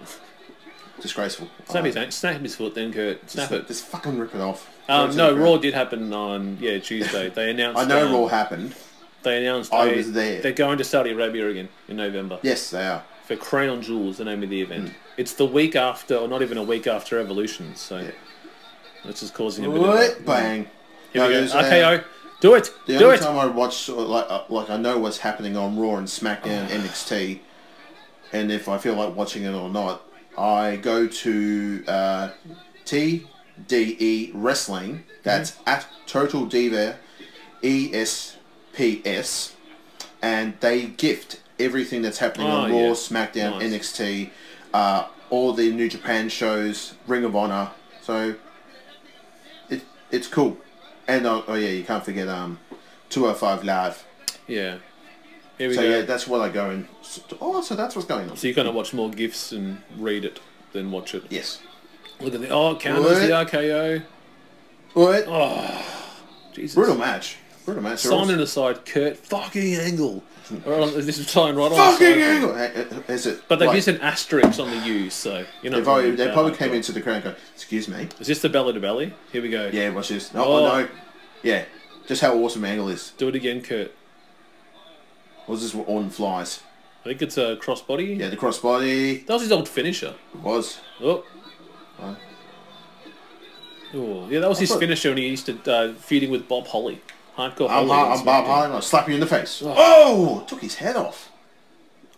[SPEAKER 3] Disgraceful.
[SPEAKER 4] Snap
[SPEAKER 3] Uh,
[SPEAKER 4] his, snap his foot then, Kurt. Snap
[SPEAKER 3] Just-
[SPEAKER 4] it.
[SPEAKER 3] Just fucking rip it off.
[SPEAKER 4] Um,
[SPEAKER 3] Rip
[SPEAKER 4] no,
[SPEAKER 3] it
[SPEAKER 4] Raw
[SPEAKER 3] off.
[SPEAKER 4] did happen on yeah Tuesday. They announced.
[SPEAKER 3] I know
[SPEAKER 4] um,
[SPEAKER 3] Raw happened.
[SPEAKER 4] They announced.
[SPEAKER 3] I
[SPEAKER 4] they,
[SPEAKER 3] was there.
[SPEAKER 4] They're going to Saudi Arabia again in November.
[SPEAKER 3] Yes, they are.
[SPEAKER 4] for Crown Jewel is the name of the event.
[SPEAKER 3] Hmm.
[SPEAKER 4] It's the week after, or not even a week after Evolution, so this is causing a bit of...
[SPEAKER 3] What? Bang.
[SPEAKER 4] Here we go.
[SPEAKER 3] there's, uh,
[SPEAKER 4] RKO, do it,
[SPEAKER 3] The
[SPEAKER 4] do
[SPEAKER 3] only
[SPEAKER 4] it.
[SPEAKER 3] time I watch, sort of like, uh, like I know what's happening on Raw and SmackDown, NXT, and if I feel like watching it or not, I go to uh, TDE Wrestling. That's
[SPEAKER 4] Mm-hmm.
[SPEAKER 3] at Total Diva E ESPS, and they gift everything that's happening on
[SPEAKER 4] Oh,
[SPEAKER 3] Raw,
[SPEAKER 4] yeah.
[SPEAKER 3] SmackDown,
[SPEAKER 4] Nice.
[SPEAKER 3] NXT, uh, all the New Japan shows, Ring of Honor. So it, it's cool. And uh, oh yeah, you can't forget um, 205 live.
[SPEAKER 4] Yeah. Here we
[SPEAKER 3] So
[SPEAKER 4] go.
[SPEAKER 3] yeah, that's what I go and. s- Oh, so that's what's going on.
[SPEAKER 4] so you're going to watch more GIFs and read it than watch it.
[SPEAKER 3] Yes.
[SPEAKER 4] Look at the... Oh, counters the
[SPEAKER 3] What?
[SPEAKER 4] RKO.
[SPEAKER 3] What?
[SPEAKER 4] Jesus.
[SPEAKER 3] Brutal match. Brutal match. They're all-
[SPEAKER 4] Oh. Simon aside, Kurt, fucking angle. Or on- this is tying right on.
[SPEAKER 3] Fucking
[SPEAKER 4] so-
[SPEAKER 3] angle. Hey, uh, Is it?
[SPEAKER 4] But they've
[SPEAKER 3] like,
[SPEAKER 4] used an asterisk on the U, so... You know,
[SPEAKER 3] They probably, they probably came into the crowd and go, "Excuse me."
[SPEAKER 4] Is this the belly to belly? Here we go.
[SPEAKER 3] Yeah, watch this. No,
[SPEAKER 4] Oh.
[SPEAKER 3] oh. no. Yeah, just how awesome angle is.
[SPEAKER 4] Do it again, Kurt.
[SPEAKER 3] Was this on flies?
[SPEAKER 4] I think it's a crossbody.
[SPEAKER 3] Yeah, the crossbody
[SPEAKER 4] That was his old finisher.
[SPEAKER 3] was.
[SPEAKER 4] Oh.
[SPEAKER 3] Huh?
[SPEAKER 4] Oh, yeah, that was his
[SPEAKER 3] thought-
[SPEAKER 4] finisher when he used to uh, feuding with Bob Holly. Hardcore
[SPEAKER 3] I'm,
[SPEAKER 4] Holly.
[SPEAKER 3] Har-
[SPEAKER 4] on
[SPEAKER 3] I'm Bob
[SPEAKER 4] SmackDown.
[SPEAKER 3] Harlan. I'll slap you in the face. Oh, took his head off.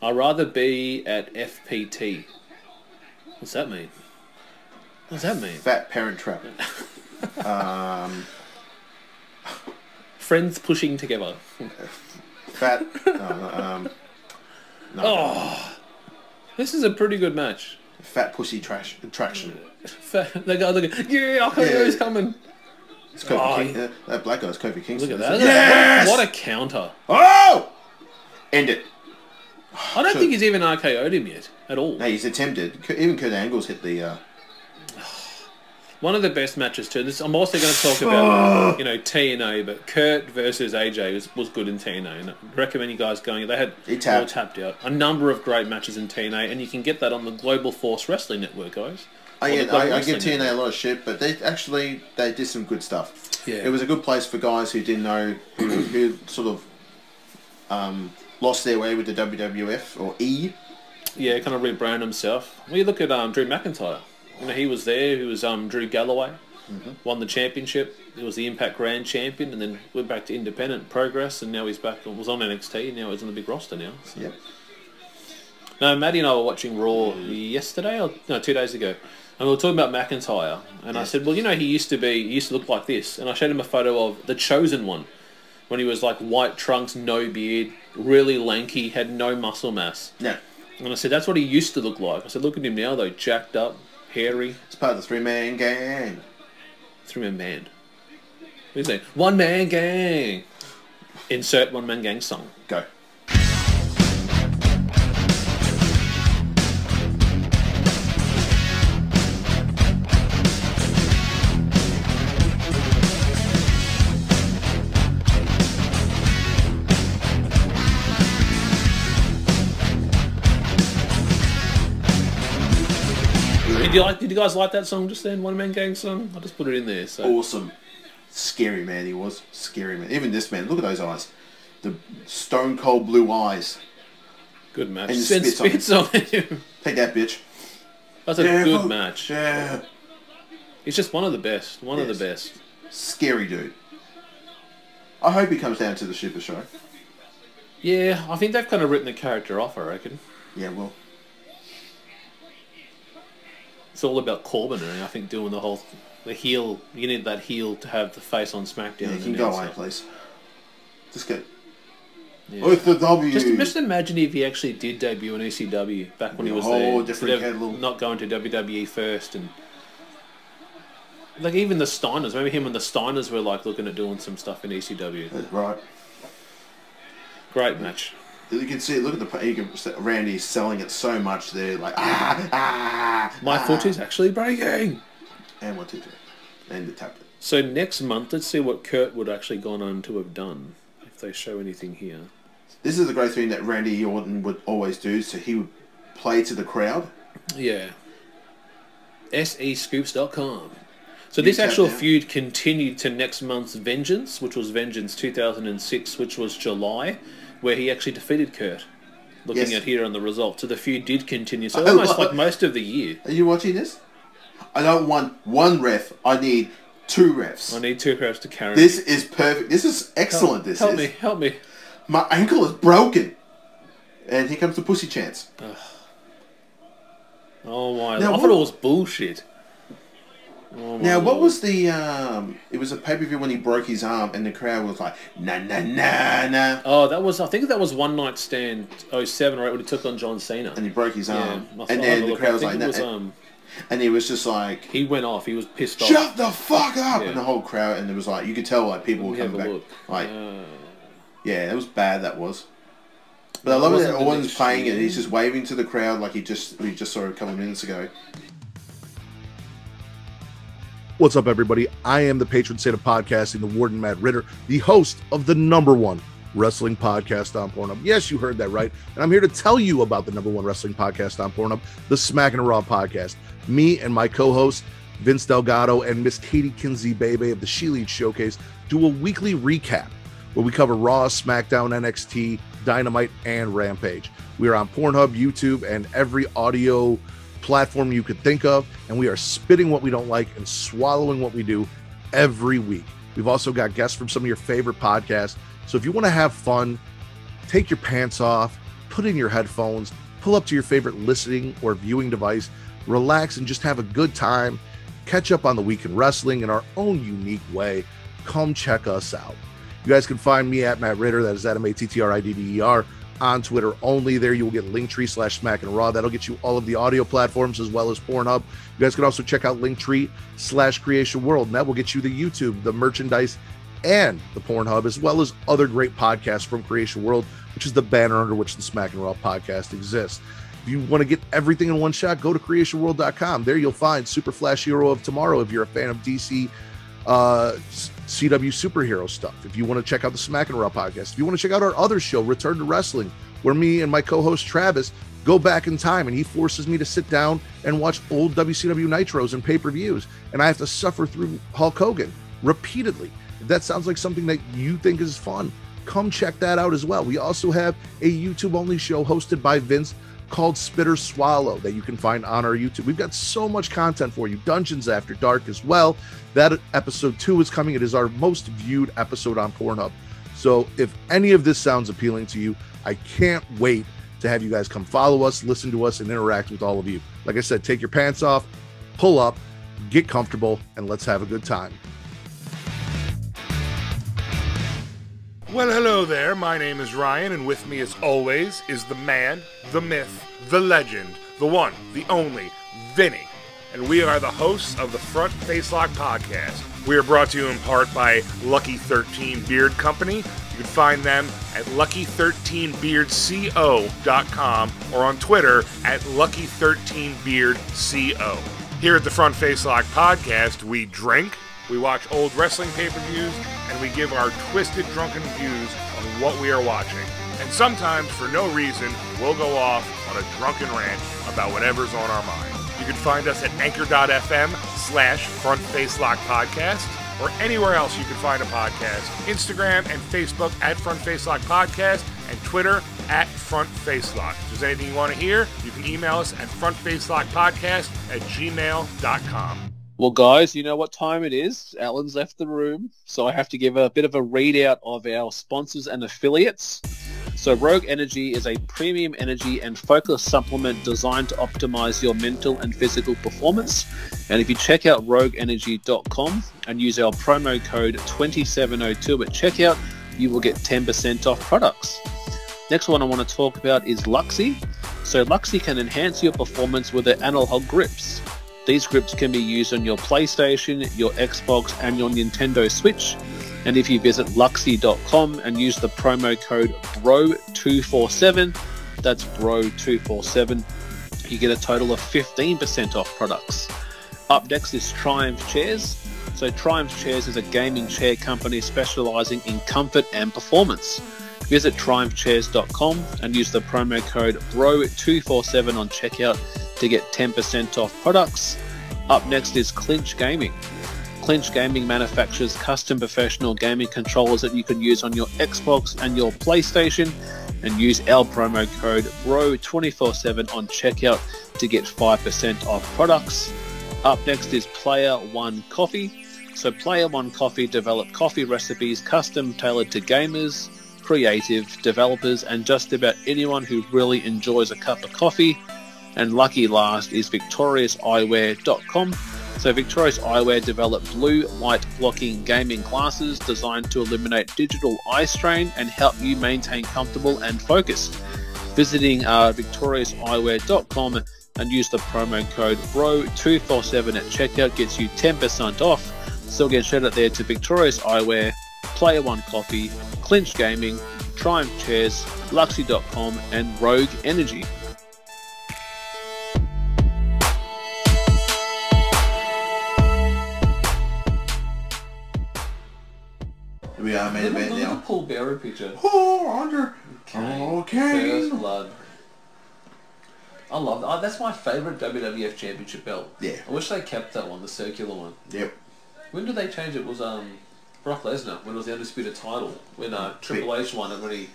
[SPEAKER 4] I'd rather be at FPT. What's that mean? What does that mean?
[SPEAKER 3] Fat Parent Trap. um,
[SPEAKER 4] Friends pushing together.
[SPEAKER 3] fat. no, no, um, no,
[SPEAKER 4] This is a pretty good match.
[SPEAKER 3] Fat Pussy Trash Attraction.
[SPEAKER 4] the guy looking, yeah, I thought it was coming.
[SPEAKER 3] It's Kofi
[SPEAKER 4] Oh,
[SPEAKER 3] King. uh, that black guy's Kofi Kingston.
[SPEAKER 4] Look at
[SPEAKER 3] isn't
[SPEAKER 4] that.
[SPEAKER 3] it? Yes!
[SPEAKER 4] What a counter.
[SPEAKER 3] Oh! End it.
[SPEAKER 4] I don't think he's even RKO'd him yet at all.
[SPEAKER 3] No, he's attempted. K- Even Kurt Angle's hit the. Uh,
[SPEAKER 4] Oh, One of the best matches too. This, I'm also going to talk about you know TNA, but Kurt versus AJ was, was good in TNA, and I recommend you guys going. They had
[SPEAKER 3] He tapped.
[SPEAKER 4] all tapped out a number of great matches in TNA, and you can get that on the Global Force Wrestling Network, guys.
[SPEAKER 3] Oh, I,
[SPEAKER 4] Or the
[SPEAKER 3] get,
[SPEAKER 4] Global
[SPEAKER 3] I, I give
[SPEAKER 4] Wrestling
[SPEAKER 3] TNA a
[SPEAKER 4] Network.
[SPEAKER 3] lot of shit, but they actually they did some good stuff.
[SPEAKER 4] Yeah.
[SPEAKER 3] It was a good place for guys who didn't know who, who sort of um, lost their way with the WWF or E.
[SPEAKER 4] Yeah, kind of rebrand himself. Well, you look at um, Drew McIntyre. You know, he was there. He was um, Drew Galloway. Won the championship. He was the Impact Grand Champion, and then went back to Independent Progress, and now he's back. Was on NXT, and now he's on the big roster now. So.
[SPEAKER 3] Yep.
[SPEAKER 4] No, Maddie and I were watching Raw yesterday, or no, two days ago, and we were talking about McIntyre, and I said, "Well, you know, he used to be, he used to look like this," and I showed him a photo of the chosen one, when he was like white trunks, no beard, really lanky, had no muscle mass,
[SPEAKER 3] No,
[SPEAKER 4] and I said, "That's what he used to look like." I said, "Look at him now, though, jacked up, hairy,
[SPEAKER 3] it's part of the three man gang.
[SPEAKER 4] three man man." What is that? One man gang. Insert one man gang song.
[SPEAKER 3] Go.
[SPEAKER 4] Did you like? Did you guys like that song just then? One man gang song. I just put it in there. So.
[SPEAKER 3] Awesome. Scary man, he was. Scary man. Even this man, look at those eyes. The stone cold blue eyes.
[SPEAKER 4] Good match.
[SPEAKER 3] And
[SPEAKER 4] And
[SPEAKER 3] spits on
[SPEAKER 4] spits on him.
[SPEAKER 3] Take that, bitch.
[SPEAKER 4] That's a
[SPEAKER 3] Yeah,
[SPEAKER 4] good
[SPEAKER 3] vote.
[SPEAKER 4] match.
[SPEAKER 3] Yeah.
[SPEAKER 4] It's just one of the best. One of
[SPEAKER 3] Yes.
[SPEAKER 4] the best.
[SPEAKER 3] Scary dude. I hope he comes down to the Super Show.
[SPEAKER 4] Yeah, I think they've kind of written the character off, I reckon.
[SPEAKER 3] Yeah, well,
[SPEAKER 4] It's all about Corbin, and I think doing the whole the heel. You need that heel to have the face on SmackDown.
[SPEAKER 3] yeah,
[SPEAKER 4] and
[SPEAKER 3] you can
[SPEAKER 4] the
[SPEAKER 3] go away,
[SPEAKER 4] announcer.
[SPEAKER 3] please. Just go.
[SPEAKER 4] Yeah.
[SPEAKER 3] With the W.
[SPEAKER 4] Just, just imagine if he actually did debut in ECW back when
[SPEAKER 3] Be
[SPEAKER 4] he
[SPEAKER 3] a
[SPEAKER 4] was
[SPEAKER 3] whole
[SPEAKER 4] there,
[SPEAKER 3] different
[SPEAKER 4] instead of
[SPEAKER 3] kettle.
[SPEAKER 4] not going to WWE first, and like even the Steiners. Remember him and the Steiners were like looking at doing some stuff in ECW.
[SPEAKER 3] That's right.
[SPEAKER 4] Great match.
[SPEAKER 3] You can see. Look at the. You can, Randy's selling it so much. They're like ah ah.
[SPEAKER 4] My
[SPEAKER 3] ah.
[SPEAKER 4] foot is actually breaking.
[SPEAKER 3] And one two three, and the tap.
[SPEAKER 4] So next month, let's see what Kurt would actually gone on to have done if they show anything here.
[SPEAKER 3] This is the great thing that Randy Orton would always do. So he would play to the crowd.
[SPEAKER 4] Yeah. E SEScoops.com. So this
[SPEAKER 3] tap
[SPEAKER 4] actual
[SPEAKER 3] down.
[SPEAKER 4] feud continued to next month's Vengeance, which was Vengeance 2006, which was July, where he actually defeated Kurt. Looking
[SPEAKER 3] Yes. Oh,
[SPEAKER 4] at here on the result, so the feud did continue. So
[SPEAKER 3] I
[SPEAKER 4] almost
[SPEAKER 3] love-
[SPEAKER 4] like most of the year,
[SPEAKER 3] Are you watching this? I don't want one ref. I need two
[SPEAKER 4] I
[SPEAKER 3] refs.
[SPEAKER 4] need two crowds to carry.
[SPEAKER 3] This is perfect. This is excellent.
[SPEAKER 4] me.
[SPEAKER 3] this
[SPEAKER 4] help
[SPEAKER 3] is.
[SPEAKER 4] me, help me.
[SPEAKER 3] My ankle is broken. And here comes the pussy chance.
[SPEAKER 4] Oh my!
[SPEAKER 3] Now
[SPEAKER 4] I
[SPEAKER 3] what-
[SPEAKER 4] thought it was bullshit. Oh
[SPEAKER 3] Now, what was the? um It was a pay per view when he broke his arm, and the crowd was like, "Na na na na,"
[SPEAKER 4] Oh, that was I think that was one night stand 07 or 8 when he took on John Cena.
[SPEAKER 3] and he broke his
[SPEAKER 4] yeah,
[SPEAKER 3] arm,
[SPEAKER 4] I thought-
[SPEAKER 3] and
[SPEAKER 4] I had
[SPEAKER 3] then
[SPEAKER 4] a
[SPEAKER 3] the
[SPEAKER 4] look.
[SPEAKER 3] crowd
[SPEAKER 4] I
[SPEAKER 3] was
[SPEAKER 4] think
[SPEAKER 3] like, eh."
[SPEAKER 4] it
[SPEAKER 3] "Nah,"
[SPEAKER 4] was, um,
[SPEAKER 3] and he was just like,
[SPEAKER 4] he went off. He was pissed off.
[SPEAKER 3] "Shut the fuck up!"
[SPEAKER 4] Yeah.
[SPEAKER 3] And the whole crowd, and it was like, you could tell like people were
[SPEAKER 4] Let me
[SPEAKER 3] coming
[SPEAKER 4] have
[SPEAKER 3] back. Like,
[SPEAKER 4] a look. Uh,
[SPEAKER 3] yeah, it was bad. That was. But I love it that
[SPEAKER 4] wasn't the
[SPEAKER 3] Owen's
[SPEAKER 4] next
[SPEAKER 3] playing it.
[SPEAKER 4] year.
[SPEAKER 3] He's just waving to the crowd like he just we just saw a couple of minutes ago.
[SPEAKER 5] What's up, everybody? I am the patron saint of podcasting, the warden Matt Ritter, the host of the number one wrestling podcast on Pornhub. Yes, you heard that right. And I'm here to tell you about the number one wrestling podcast on Pornhub, the Smack and Raw podcast. Me and my co host, Vince Delgado, and Miss Katie Kinsey Bebe of the She Lead Showcase do a weekly recap where we cover Raw, SmackDown, NXT, Dynamite, and Rampage. We are on Pornhub, YouTube, and every audio platform you could think of, and we are spitting what we don't like and swallowing what we do every week. We've also got guests from some of your favorite podcasts. So if you want to have fun, take your pants off, put in your headphones, pull up to your favorite listening or viewing device, relax, and just have a good time. Catch up on the week in wrestling in our own unique way. Come check us out. You guys can find me at Matt Ritter. That is at M A T T R I D D E R on Twitter only. There you will get Linktree slash Smack and Raw. That'll get you all of the audio platforms as well as Pornhub. You guys can also check out Linktree slash Creation World. And that will get you the YouTube, the merchandise, and the Pornhub, as well as other great podcasts from Creation World, which is the banner under which the Smack and Raw podcast exists. If you want to get everything in one shot, go to creationworld.com. There you'll find Super Flash Hero of Tomorrow if you're a fan of DC uh, CW superhero stuff. If you want to check out the Smack and Raw podcast, if you want to check out our other show, Return to Wrestling, where me and my co host Travis go back in time and he forces me to sit down and watch old WCW Nitros and pay per views. And I have to suffer through Hulk Hogan repeatedly. If that sounds like something that you think is fun, come check that out as well. We also have a YouTube only show hosted by Vince called Spitter Swallow that you can find on our YouTube. We've got so much content for you. Dungeons After Dark as well. That episode two is coming. It is our most viewed episode on Pornhub. So if any of this sounds appealing to you, I can't wait to have you guys come follow us, listen to us, and interact with all of you. Like I said, take your pants off, pull up, get comfortable, and let's have a good time.
[SPEAKER 6] Well, hello there. My name is Ryan, and with me, as always, is the man, the myth, the legend, the one, the only, Vinny. And we are the hosts of the Front Face Lock podcast. We are brought to you in part by Lucky 13 Beard Company. You can find them at lucky13beardco.com or on Twitter at lucky13beardco. Here at the Front Face Lock podcast, we drink, we watch old wrestling pay per views, and we give our twisted, drunken views on what we are watching. And sometimes, for no reason, we'll go off on a drunken rant about whatever's on our mind. You can find us at anchor.fm slash front face lock podcast or anywhere else you can find a podcast. Instagram and Facebook at front face lock podcast and Twitter at front face lock. If there's anything you want to hear, you can email us at front face lock podcast at gmail.com.
[SPEAKER 4] Well, guys, you know what time it is. Alan's left the room, so I have to give a bit of a readout of our sponsors and affiliates. So Rogue Energy is a premium energy and focus supplement designed to optimize your mental and physical performance. And if you check out rogueenergy.com and use our promo code 2702 at checkout, you will get 10% off products. Next one I want to talk about is Luxy. So Luxy can enhance your performance with their analog grips. These grips can be used on your PlayStation, your Xbox, and your Nintendo Switch. And if you visit luxy.com and use the promo code BRO247, that's BRO247, you get a total of 15% off products. Up next is Triumph Chairs. So Triumph Chairs is a gaming chair company specializing in comfort and performance. Visit triumphchairs.com and use the promo code BRO247 on checkout to get 10% off products. Up next is Clinch Gaming. Clinch Gaming manufactures custom professional gaming controllers that you can use on your Xbox and your PlayStation and use our promo code BRO247 on checkout to get 5% off products. Up next is Player One Coffee. So Player One Coffee develop coffee recipes custom tailored to gamers, creative, developers and just about anyone who really enjoys a cup of coffee and lucky last is victoriouseyewear.com. So Victorious Eyewear develop blue light blocking gaming glasses designed to eliminate digital eye strain and help you maintain comfortable and focused. Visiting uh, victoriouseyewear.com and use the promo code BRO247 at checkout gets you 10% off. So again, shout out there to Victorious Eyewear, Player One Coffee, Clinch Gaming, Triumph Chairs, Luxy.com and Rogue Energy.
[SPEAKER 3] We are main event now.
[SPEAKER 4] Paul Bearer picture.
[SPEAKER 3] Oh, under. Oh, Okay.
[SPEAKER 4] First blood. I love that. Oh, that's my favourite WWF Championship belt.
[SPEAKER 3] Yeah.
[SPEAKER 4] I wish they kept that one, the circular one.
[SPEAKER 3] Yep.
[SPEAKER 4] When did they change it? It was um, Brock Lesnar when it was the undisputed title when uh, Triple H won it when he.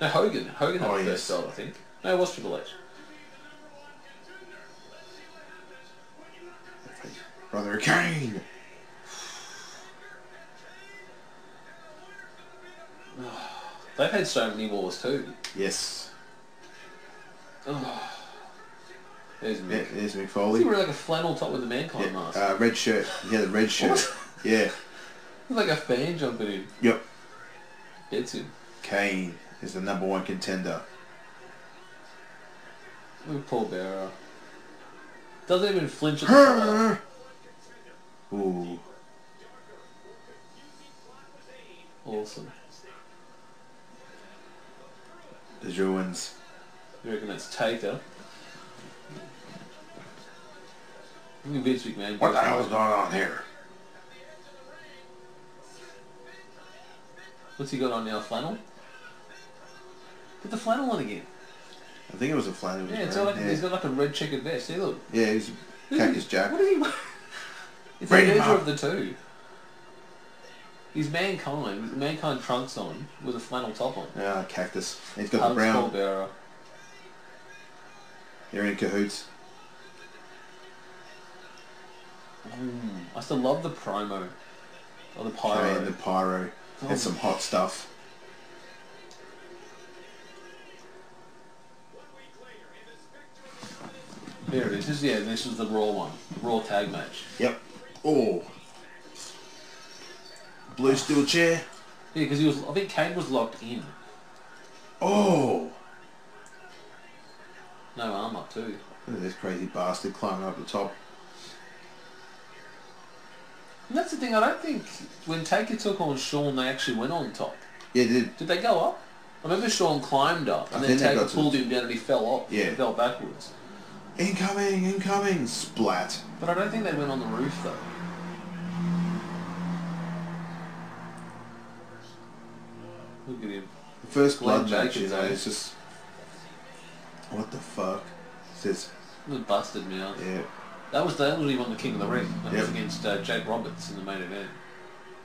[SPEAKER 4] No, Hogan. Hogan had
[SPEAKER 3] Oh,
[SPEAKER 4] the
[SPEAKER 3] yes.
[SPEAKER 4] first belt, I think. No, it was Triple H.
[SPEAKER 3] Brother Kane.
[SPEAKER 4] They've had so many wars too.
[SPEAKER 3] Yes.
[SPEAKER 4] There's
[SPEAKER 3] Yeah,
[SPEAKER 4] Mick.
[SPEAKER 3] there's Mick
[SPEAKER 4] He
[SPEAKER 3] Foley.
[SPEAKER 4] wore like a flannel top with a mankind
[SPEAKER 3] Yeah,
[SPEAKER 4] mask.
[SPEAKER 3] uh, red shirt. He had a red shirt. Yeah.
[SPEAKER 4] He's like a fan jumping in.
[SPEAKER 3] Yep.
[SPEAKER 4] Gets him.
[SPEAKER 3] Kane is the number one contender.
[SPEAKER 4] Look at Paul Bearer. Doesn't even flinch at the fire.
[SPEAKER 3] Ooh.
[SPEAKER 4] Awesome.
[SPEAKER 3] The Druins.
[SPEAKER 4] You reckon that's Taker? Look at Vince McMahon.
[SPEAKER 3] What the hell is going on here?
[SPEAKER 4] What's he got on now? Flannel? Put the flannel on again.
[SPEAKER 3] I think it was a flannel.
[SPEAKER 4] Yeah, it's all like, he's
[SPEAKER 3] yeah.
[SPEAKER 4] got like a red checkered vest. See, look.
[SPEAKER 3] yeah, he's Cactus Jack.
[SPEAKER 4] What is he wearing? It's a
[SPEAKER 3] Bring him
[SPEAKER 4] merger
[SPEAKER 3] up.
[SPEAKER 4] of the two. He's mankind with mankind trunks on with a flannel top on.
[SPEAKER 3] Ah, Cactus. And he's got the
[SPEAKER 4] Hugs Paul
[SPEAKER 3] brown.
[SPEAKER 4] Bearer.
[SPEAKER 3] They're in cahoots.
[SPEAKER 4] I still love the promo. Or the pyro.
[SPEAKER 3] Kane, the Pyro.
[SPEAKER 4] Oh.
[SPEAKER 3] And some hot stuff.
[SPEAKER 4] There it is. This, yeah, this is the Raw one. Raw tag match.
[SPEAKER 3] Yep. Oh. Blue steel chair.
[SPEAKER 4] Yeah, because he was. I think Kane was locked in.
[SPEAKER 3] Oh.
[SPEAKER 4] No armor too.
[SPEAKER 3] Look at this crazy bastard climbing up the top.
[SPEAKER 4] And that's the thing. I don't think when Taker took on Shawn, they actually went on top.
[SPEAKER 3] Yeah, dude.
[SPEAKER 4] Did they go up? I remember Shawn climbed up, and
[SPEAKER 3] I
[SPEAKER 4] then
[SPEAKER 3] think they
[SPEAKER 4] Taker
[SPEAKER 3] got to-
[SPEAKER 4] pulled him down, and he fell off.
[SPEAKER 3] Yeah.
[SPEAKER 4] He fell backwards.
[SPEAKER 3] Incoming, incoming. Splat.
[SPEAKER 4] But I don't think they went on the roof though. Look at him.
[SPEAKER 3] The first
[SPEAKER 4] Glenn
[SPEAKER 3] blood match, you
[SPEAKER 4] Jacobs,
[SPEAKER 3] know,
[SPEAKER 4] eh?
[SPEAKER 3] it's just... What the fuck? Says,
[SPEAKER 4] He was busted now.
[SPEAKER 3] yeah.
[SPEAKER 4] That was that was when he won the King of the Ring. That was
[SPEAKER 3] Yep.
[SPEAKER 4] against uh, Jake Roberts in the main event.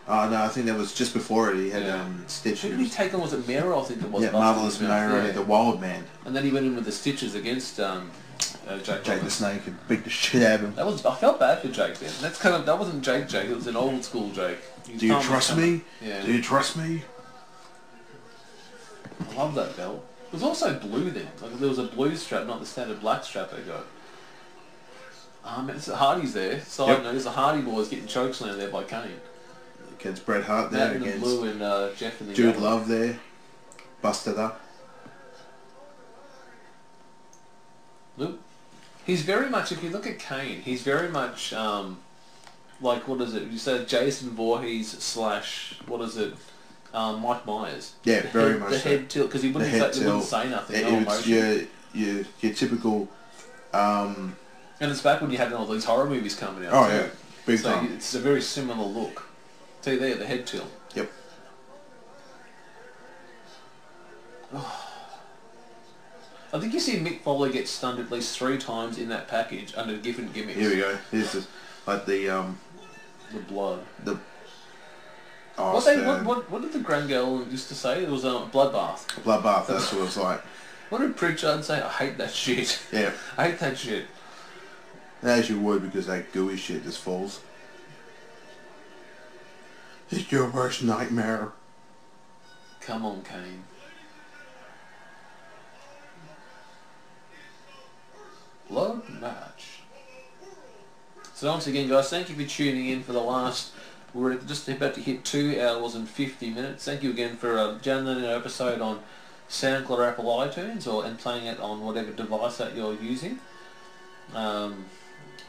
[SPEAKER 3] Oh, no, I think that was just before it. He had
[SPEAKER 4] Yeah.
[SPEAKER 3] um, Stitch.
[SPEAKER 4] Who did he take on? Was it Mero? I think it was.
[SPEAKER 3] Yeah,
[SPEAKER 4] Busted
[SPEAKER 3] Marvelous
[SPEAKER 4] Smith,
[SPEAKER 3] Mary,
[SPEAKER 4] yeah.
[SPEAKER 3] the Wild Man.
[SPEAKER 4] And then he went in with the stitches against um, uh, Jake.
[SPEAKER 3] Jake the
[SPEAKER 4] Roberts.
[SPEAKER 3] Snake and beat the shit out of him.
[SPEAKER 4] That was I felt bad for Jake then. That's kind of that wasn't Jake Jake. It was an old school Jake. His
[SPEAKER 3] Do you
[SPEAKER 4] thumb was
[SPEAKER 3] trust
[SPEAKER 4] coming.
[SPEAKER 3] me?
[SPEAKER 4] Yeah.
[SPEAKER 3] Do you trust me?
[SPEAKER 4] I love that belt. It was also blue then. Like there was a blue strap, not the standard black strap they got. Um, it's Hardy's there. Side
[SPEAKER 3] Yep.
[SPEAKER 4] note: there's a Hardy boys getting chokeslammed there by Kane.
[SPEAKER 3] Against Bret Hart
[SPEAKER 4] That
[SPEAKER 3] there,
[SPEAKER 4] and the
[SPEAKER 3] against
[SPEAKER 4] blue and uh, Jeff and the
[SPEAKER 3] Jude
[SPEAKER 4] yellow.
[SPEAKER 3] Love there. Busted up.
[SPEAKER 4] Luke. He's very much, if you look at Kane, he's very much um, like, what is it? You say Jason Voorhees slash, what is it? Um, Mike Myers.
[SPEAKER 3] Yeah,
[SPEAKER 4] The
[SPEAKER 3] very
[SPEAKER 4] head,
[SPEAKER 3] much
[SPEAKER 4] The
[SPEAKER 3] so.
[SPEAKER 4] head tilt, because he
[SPEAKER 3] The
[SPEAKER 4] wouldn't,
[SPEAKER 3] head
[SPEAKER 4] say,
[SPEAKER 3] tilt.
[SPEAKER 4] he wouldn't say nothing,
[SPEAKER 3] Yeah,
[SPEAKER 4] no
[SPEAKER 3] it was
[SPEAKER 4] emotion.
[SPEAKER 3] your, your, your typical... Um,
[SPEAKER 4] And it's back when you had all these horror movies coming out.
[SPEAKER 3] oh,
[SPEAKER 4] too.
[SPEAKER 3] yeah. Big
[SPEAKER 4] So
[SPEAKER 3] time.
[SPEAKER 4] it's a very similar look. See there, the head tilt.
[SPEAKER 3] Yep.
[SPEAKER 4] I think you see Mick Foley get stunned at least three times in that package under different gimmicks.
[SPEAKER 3] Here we go. Here's the, like the... Um,
[SPEAKER 4] The blood.
[SPEAKER 3] the oh,
[SPEAKER 4] What, they,
[SPEAKER 3] it's
[SPEAKER 4] what,
[SPEAKER 3] the
[SPEAKER 4] what, what did the Grand Girl used to say? It was a bloodbath.
[SPEAKER 3] bloodbath. That's what it's like.
[SPEAKER 4] What did Pritchard say? I hate that shit.
[SPEAKER 3] Yeah,
[SPEAKER 4] I hate that shit.
[SPEAKER 3] as you would because that gooey shit just falls. It's your worst nightmare.
[SPEAKER 4] Come on, Kane. Blood match. So once again, guys, thank you for tuning in for the last. We're just about to hit two hours and fifty minutes. Thank you again for uh, downloading our episode on SoundCloud, Apple, iTunes, or and playing it on whatever device that you're using. Um,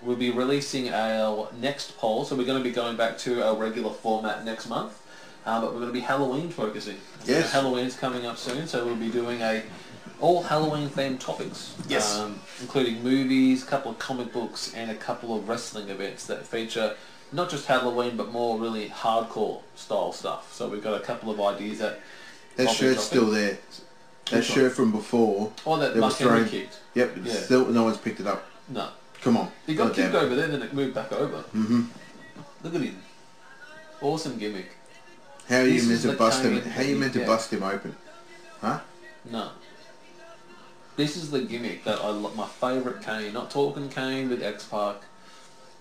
[SPEAKER 4] we'll be releasing our next poll, so we're going to be going back to our regular format next month. Uh, but we're going to be Halloween focusing.
[SPEAKER 3] Yes.
[SPEAKER 4] So Halloween's coming up soon, so we'll be doing a all Halloween themed topics.
[SPEAKER 3] Yes.
[SPEAKER 4] Um, including movies, a couple of comic books, and a couple of wrestling events that feature not just Halloween, but more really hardcore style stuff. So we've got a couple of ideas that.
[SPEAKER 3] That
[SPEAKER 4] I'll be
[SPEAKER 3] shirt's
[SPEAKER 4] dropping.
[SPEAKER 3] still there. That
[SPEAKER 4] Which one?
[SPEAKER 3] shirt from before.
[SPEAKER 4] Oh, that
[SPEAKER 3] they were
[SPEAKER 4] Mark Henry
[SPEAKER 3] throwing-
[SPEAKER 4] kicked.
[SPEAKER 3] Yep, it's
[SPEAKER 4] Yeah.
[SPEAKER 3] still no one's picked it up.
[SPEAKER 4] No.
[SPEAKER 3] Come on.
[SPEAKER 4] It got
[SPEAKER 3] God damn
[SPEAKER 4] kicked
[SPEAKER 3] it.
[SPEAKER 4] over there, then it moved back over. Mm-hmm. Look at him. Awesome gimmick.
[SPEAKER 3] How are you
[SPEAKER 4] This
[SPEAKER 3] meant
[SPEAKER 4] is
[SPEAKER 3] to
[SPEAKER 4] the
[SPEAKER 3] bust him?
[SPEAKER 4] Kane
[SPEAKER 3] How you meant to
[SPEAKER 4] yeah.
[SPEAKER 3] bust him open? Huh?
[SPEAKER 4] No. This is the gimmick that I love. My favourite Kane. Not talking Kane with X Pac.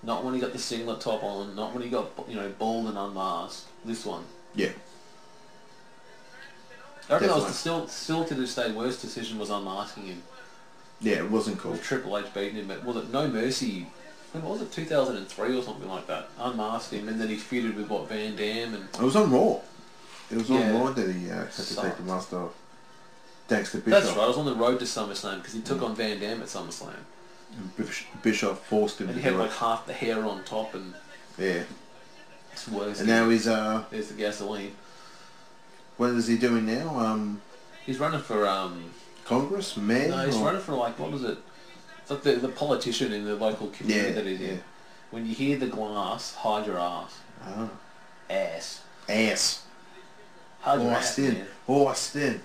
[SPEAKER 4] Not when he got the singlet top on. Not when he got you know bald and unmasked. This one.
[SPEAKER 3] Yeah.
[SPEAKER 4] I reckon that was
[SPEAKER 3] Definitely.
[SPEAKER 4] the still still to this day worst decision was unmasking him.
[SPEAKER 3] Yeah, it wasn't cool.
[SPEAKER 4] Triple H beating him at, was it No Mercy? When was it, 2003 or something like that? Unmasked him and then he feuded with, what, Van Dam and...
[SPEAKER 3] It was on Raw. It was
[SPEAKER 4] Yeah.
[SPEAKER 3] on Raw that he uh, had to take
[SPEAKER 4] Sucked.
[SPEAKER 3] the mask off. Thanks to Bischoff.
[SPEAKER 4] That's right, I was on the road to SummerSlam because he took on Van Dam at SummerSlam.
[SPEAKER 3] Bish- Bischoff forced him
[SPEAKER 4] And
[SPEAKER 3] to
[SPEAKER 4] he had
[SPEAKER 3] do
[SPEAKER 4] like
[SPEAKER 3] it.
[SPEAKER 4] half the hair on top and
[SPEAKER 3] Yeah.
[SPEAKER 4] it's worse.
[SPEAKER 3] And now he's uh,
[SPEAKER 4] There's the gasoline.
[SPEAKER 3] what is he doing now? Um,
[SPEAKER 4] He's running for, um...
[SPEAKER 3] Congress, Oh, mayor.
[SPEAKER 4] No, he's
[SPEAKER 3] or-
[SPEAKER 4] running for like, what was it? It's like the, the politician in the local community
[SPEAKER 3] Yeah,
[SPEAKER 4] that he's
[SPEAKER 3] yeah.
[SPEAKER 4] in. When you hear the glass, hide your ass.
[SPEAKER 3] Ah.
[SPEAKER 4] Ass.
[SPEAKER 3] ass.
[SPEAKER 4] Hide your ass,
[SPEAKER 3] Austin,
[SPEAKER 4] man.
[SPEAKER 3] Austin.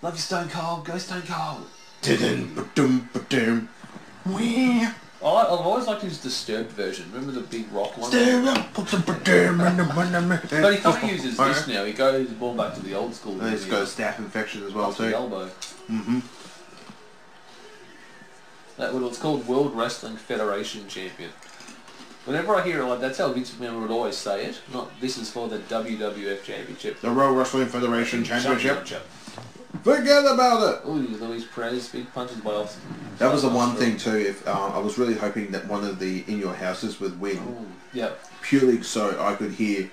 [SPEAKER 4] Love you, Stone Cold. Go Stone Cold.
[SPEAKER 3] Didn't ba-dum ba-dum. Where?
[SPEAKER 4] I, I've always liked his disturbed version. Remember the big rock one?
[SPEAKER 3] There I put the ba-dum and the ba-dum.
[SPEAKER 4] But he kind of uses this now. He goes more back to the old school.
[SPEAKER 3] And he's
[SPEAKER 4] doesn't he?
[SPEAKER 3] got a staph infection as well
[SPEAKER 4] Off the
[SPEAKER 3] too.
[SPEAKER 4] elbow. Mm-hmm. That well, it's called World Wrestling Federation Champion. Whenever I hear it like that's how Vince McMahon would always say it. Not this is for the WWF Championship.
[SPEAKER 3] The Royal Wrestling Federation Championship.
[SPEAKER 4] Championship.
[SPEAKER 3] Forget about it.
[SPEAKER 4] Ooh, Luis Perez big punches by Austin.
[SPEAKER 3] That was the one thing too. If um, I was really hoping that one of the in your houses would win,
[SPEAKER 4] Yep,
[SPEAKER 3] purely so I could hear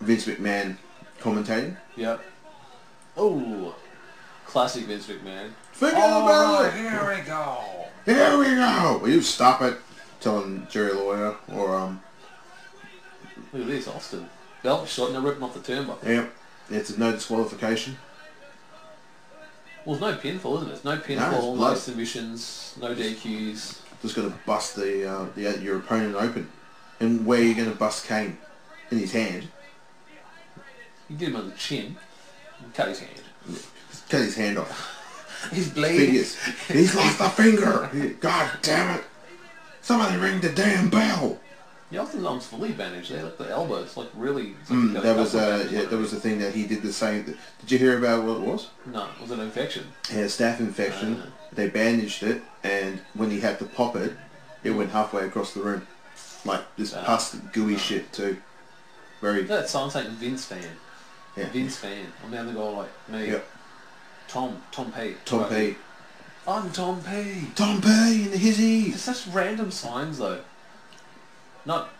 [SPEAKER 3] Vince McMahon commentating.
[SPEAKER 4] yep. Ooh, classic Vince McMahon.
[SPEAKER 3] Forget about it. Here we go. Here we go. Will you stop it? Telling Jerry Lawyer or um,
[SPEAKER 4] Look at this, Austin. Belt shot and they're ripping off the turnbuckle.
[SPEAKER 3] yep, it's a no disqualification.
[SPEAKER 4] Well, there's no pinfall, isn't it? There's no
[SPEAKER 3] it's
[SPEAKER 4] pinfall, no,
[SPEAKER 3] blood.
[SPEAKER 4] submissions, no DQs.
[SPEAKER 3] Just gonna bust the, uh, the your opponent open, and where you gonna bust Kane in his hand?
[SPEAKER 4] He did him on the chin and cut his hand.
[SPEAKER 3] Cut his hand off.
[SPEAKER 4] He's bleeding.
[SPEAKER 3] Fingers. He's lost a finger. God damn it! Somebody ring the damn bell.
[SPEAKER 4] Yeah, Austin's arm's fully bandaged there. Look, the elbow. It's like really... It's like
[SPEAKER 3] Mm,
[SPEAKER 4] he's got a
[SPEAKER 3] that was
[SPEAKER 4] couple of
[SPEAKER 3] uh,
[SPEAKER 4] bandages
[SPEAKER 3] yeah,
[SPEAKER 4] on
[SPEAKER 3] that
[SPEAKER 4] it.
[SPEAKER 3] was the thing that he did the same. Did you hear about what it was?
[SPEAKER 4] No, it was an infection.
[SPEAKER 3] He had a staph infection.
[SPEAKER 4] Ah.
[SPEAKER 3] They bandaged it, and when he had to pop it, it went halfway across the room, like this
[SPEAKER 4] Ah.
[SPEAKER 3] pus gooey shit too. Very
[SPEAKER 4] That song saying Vince fan.
[SPEAKER 3] yeah.
[SPEAKER 4] Vince fan. I'm the other guy like me.
[SPEAKER 3] Yep.
[SPEAKER 4] Tom. Tom P.
[SPEAKER 3] Tom P.
[SPEAKER 4] I'm Tom P.
[SPEAKER 3] Tom P. in the hizzy.
[SPEAKER 4] It's such random signs though. Not,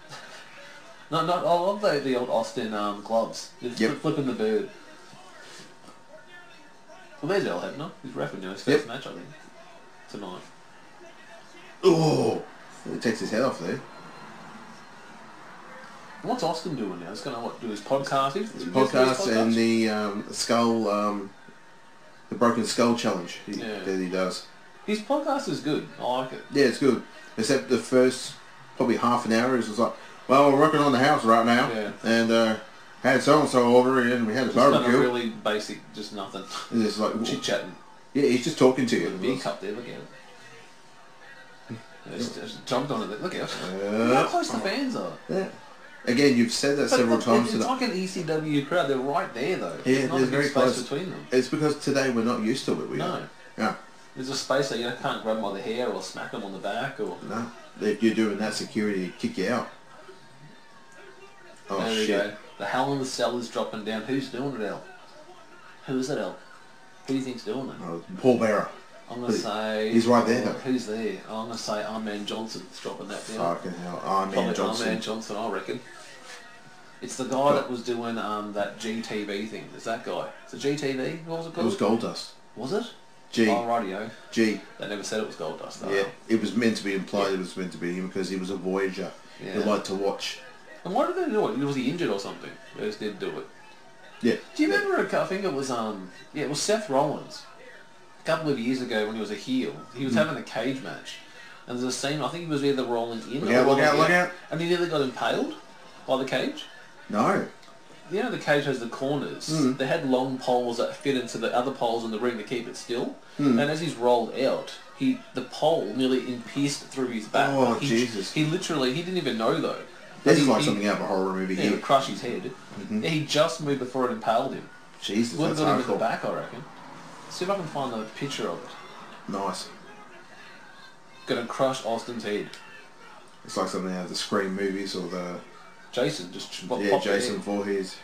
[SPEAKER 4] not, not. I love the, the old Austin um, gloves. Just
[SPEAKER 3] Yep.
[SPEAKER 4] flip- flipping the bird. Well, there's El Hebner. He's rapping now. His
[SPEAKER 3] Yep.
[SPEAKER 4] first match, I think, tonight.
[SPEAKER 3] Oh, he takes his head off there.
[SPEAKER 4] What's Austin doing now? He's going to what do his podcast. He's, he's doing his
[SPEAKER 3] Podcast and the um, skull, um, the broken skull challenge he,
[SPEAKER 4] Yeah.
[SPEAKER 3] that he does.
[SPEAKER 4] his podcast is good. I like it.
[SPEAKER 3] Yeah, it's good. Except the first probably half an hour is just like, well, we're working on the house right now,
[SPEAKER 4] Yeah.
[SPEAKER 3] and uh, had so and so over, and we had a
[SPEAKER 4] Just kind of
[SPEAKER 3] barbecue. Mm.
[SPEAKER 4] really basic, just nothing.
[SPEAKER 3] and it's like,
[SPEAKER 4] Chit chatting.
[SPEAKER 3] yeah, he's just talking to
[SPEAKER 4] Got a
[SPEAKER 3] you.
[SPEAKER 4] beer cup there. Look at it. Just, just jumped on it. Look at it.
[SPEAKER 3] Yeah.
[SPEAKER 4] Look how close the fans are.
[SPEAKER 3] Yeah. Again, you've said that
[SPEAKER 4] But
[SPEAKER 3] several
[SPEAKER 4] look,
[SPEAKER 3] times
[SPEAKER 4] It's,
[SPEAKER 3] today.
[SPEAKER 4] it's like an ECW crowd. They're right there, though.
[SPEAKER 3] Yeah,
[SPEAKER 4] there's not a
[SPEAKER 3] they're
[SPEAKER 4] big
[SPEAKER 3] very
[SPEAKER 4] space
[SPEAKER 3] close.
[SPEAKER 4] between them.
[SPEAKER 3] It's because today we're not used to it. We
[SPEAKER 4] No.
[SPEAKER 3] are. Yeah.
[SPEAKER 4] There's a space that you can't grab them by the hair or smack them on the back or.
[SPEAKER 3] No. If you're doing that, security kick you out. Oh
[SPEAKER 4] there you
[SPEAKER 3] shit!
[SPEAKER 4] go. The Hell in the Cell is dropping down. Who's doing it, El? Who is it, El? Who do you think's doing it?
[SPEAKER 3] Oh, Paul Bearer.
[SPEAKER 4] I'm gonna
[SPEAKER 3] Who-
[SPEAKER 4] say.
[SPEAKER 3] he's right there, though.
[SPEAKER 4] Who's there? I'm gonna say Arman Johnson's dropping that down.
[SPEAKER 3] Fucking hell! Iron
[SPEAKER 4] Probably
[SPEAKER 3] Man Johnson.
[SPEAKER 4] Arman Johnson, I reckon. It's the guy that was doing um, that GTV thing. It's that guy. It's a GTV. What was it
[SPEAKER 3] It
[SPEAKER 4] called?
[SPEAKER 3] was Goldust.
[SPEAKER 4] Was it?
[SPEAKER 3] G.
[SPEAKER 4] Oh, rightio.
[SPEAKER 3] G.
[SPEAKER 4] They never said it was gold dust. Though.
[SPEAKER 3] Yeah, it was meant to be implied it was meant to be him because he was a Voyager. He
[SPEAKER 4] Yeah.
[SPEAKER 3] liked to watch.
[SPEAKER 4] And why did they do it? Was he injured or something? They just did do it.
[SPEAKER 3] Yeah.
[SPEAKER 4] Do you remember? I think it was um. Yeah, it was Seth Rollins. A couple of years ago, when he was a heel, he
[SPEAKER 3] Hmm.
[SPEAKER 4] was having a cage match, and there's a scene. I think he was either rolling in.
[SPEAKER 3] Look
[SPEAKER 4] or
[SPEAKER 3] out, look
[SPEAKER 4] rolling
[SPEAKER 3] out, look
[SPEAKER 4] out,
[SPEAKER 3] out.
[SPEAKER 4] And he nearly got impaled by the cage.
[SPEAKER 3] No.
[SPEAKER 4] You know the cage has the corners.
[SPEAKER 3] Hmm.
[SPEAKER 4] They had long poles that fit into the other poles in the ring to keep it still.
[SPEAKER 3] Hmm.
[SPEAKER 4] And as he's rolled out, he the pole nearly in- pierced through his back.
[SPEAKER 3] Oh,
[SPEAKER 4] he,
[SPEAKER 3] Jesus.
[SPEAKER 4] He literally he didn't even know though.
[SPEAKER 3] This
[SPEAKER 4] He-
[SPEAKER 3] is like
[SPEAKER 4] he-
[SPEAKER 3] something out of a Mm-hmm. horror movie.
[SPEAKER 4] Yeah, it
[SPEAKER 3] here.
[SPEAKER 4] would crush his head. Yeah, he just moved before it impaled him.
[SPEAKER 3] Jesus,
[SPEAKER 4] Would have
[SPEAKER 3] that's
[SPEAKER 4] got him in the
[SPEAKER 3] hardcore.
[SPEAKER 4] back, I reckon. See if I can find the picture of it.
[SPEAKER 3] Nice.
[SPEAKER 4] Gonna crush Austin's head.
[SPEAKER 3] It's like something out of the Scream movies or the
[SPEAKER 4] Jason just pop,
[SPEAKER 3] yeah
[SPEAKER 4] popped the
[SPEAKER 3] Jason
[SPEAKER 4] head.
[SPEAKER 3] Voorhees.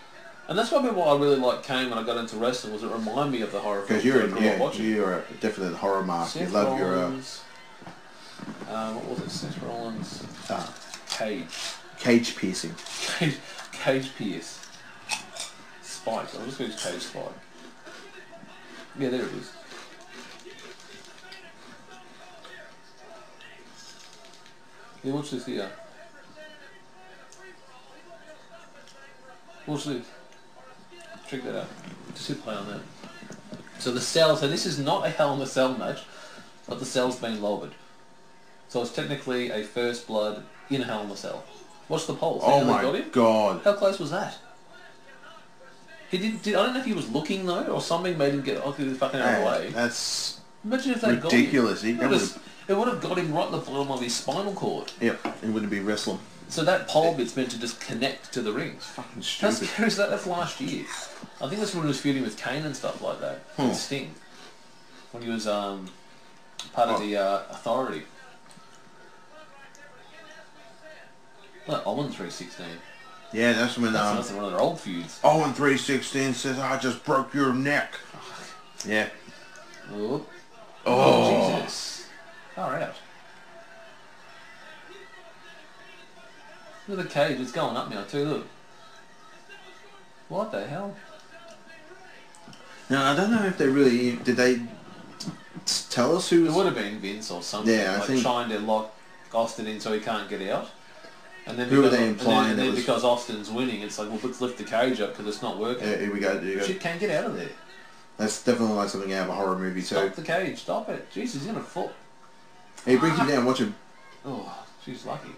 [SPEAKER 4] And that's probably why I really liked Kane when I got into wrestling. Was it reminded me of the horror films
[SPEAKER 3] Because you're,
[SPEAKER 4] that I grew up
[SPEAKER 3] yeah,
[SPEAKER 4] watching.
[SPEAKER 3] you're a definite horror mark. You
[SPEAKER 4] Seth
[SPEAKER 3] love your uh,
[SPEAKER 4] Rollins. Uh, what was it? Seth Rollins.
[SPEAKER 3] ah,
[SPEAKER 4] Cage.
[SPEAKER 3] cage piercing.
[SPEAKER 4] Cage. Cage Pierce. Spike. I'm just going to Cage Spike. Yeah, there it is. Yeah, watch this here. Watch this. Check that out. Just hit play on that. So the cell, so this is not a Hell in a Cell match, but the cell's been lowered. So it's technically a first blood in a Hell in a Cell. What's the poll?
[SPEAKER 3] Oh
[SPEAKER 4] Think they
[SPEAKER 3] my
[SPEAKER 4] got him?
[SPEAKER 3] god.
[SPEAKER 4] How close was that? He did, did. I don't know if he was looking though, or something made him get off the fucking other
[SPEAKER 3] Man,
[SPEAKER 4] way.
[SPEAKER 3] that's
[SPEAKER 4] Imagine if they
[SPEAKER 3] ridiculous.
[SPEAKER 4] got
[SPEAKER 3] He-
[SPEAKER 4] him. It
[SPEAKER 3] that
[SPEAKER 4] would have- It would have got him right in the bottom of his spinal cord.
[SPEAKER 3] yep. It wouldn't be wrestling.
[SPEAKER 4] So that pole bit's meant to just connect to the rings.
[SPEAKER 3] Fucking
[SPEAKER 4] How
[SPEAKER 3] stupid.
[SPEAKER 4] scary is that? That's last year. I think that's when he was feuding with Kane and stuff like that. with
[SPEAKER 3] Hmm.
[SPEAKER 4] Sting. When he was um, part
[SPEAKER 3] Oh.
[SPEAKER 4] of the uh, authority. That Owen 316.
[SPEAKER 3] Yeah, that's when
[SPEAKER 4] That's
[SPEAKER 3] um,
[SPEAKER 4] another one of their old feuds.
[SPEAKER 3] Owen Oh, three sixteen says, "I just broke your neck." Yeah.
[SPEAKER 4] Oh,
[SPEAKER 3] Oh.
[SPEAKER 4] Jesus. Far out. Look at the cage, it's going up now too, look. What the hell?
[SPEAKER 3] Now I don't know if they really did. They t- tell us who
[SPEAKER 4] It
[SPEAKER 3] was
[SPEAKER 4] would have been Vince or something.
[SPEAKER 3] Yeah, I
[SPEAKER 4] like
[SPEAKER 3] think-
[SPEAKER 4] trying to lock Austin in so he can't get out. And then
[SPEAKER 3] Who were
[SPEAKER 4] because,
[SPEAKER 3] they
[SPEAKER 4] and then-
[SPEAKER 3] implying
[SPEAKER 4] and
[SPEAKER 3] it
[SPEAKER 4] then
[SPEAKER 3] was-
[SPEAKER 4] because Austin's winning, it's like, well, let's lift the cage up because it's not working.
[SPEAKER 3] Yeah, here we go. Here we go.
[SPEAKER 4] Shit can't get out of there.
[SPEAKER 3] That's definitely like something out of a horror movie too.
[SPEAKER 4] Stop the cage, stop it. Jeez, he's in a foot.
[SPEAKER 3] He brings him down. Watch him.
[SPEAKER 4] Oh, she's lucky.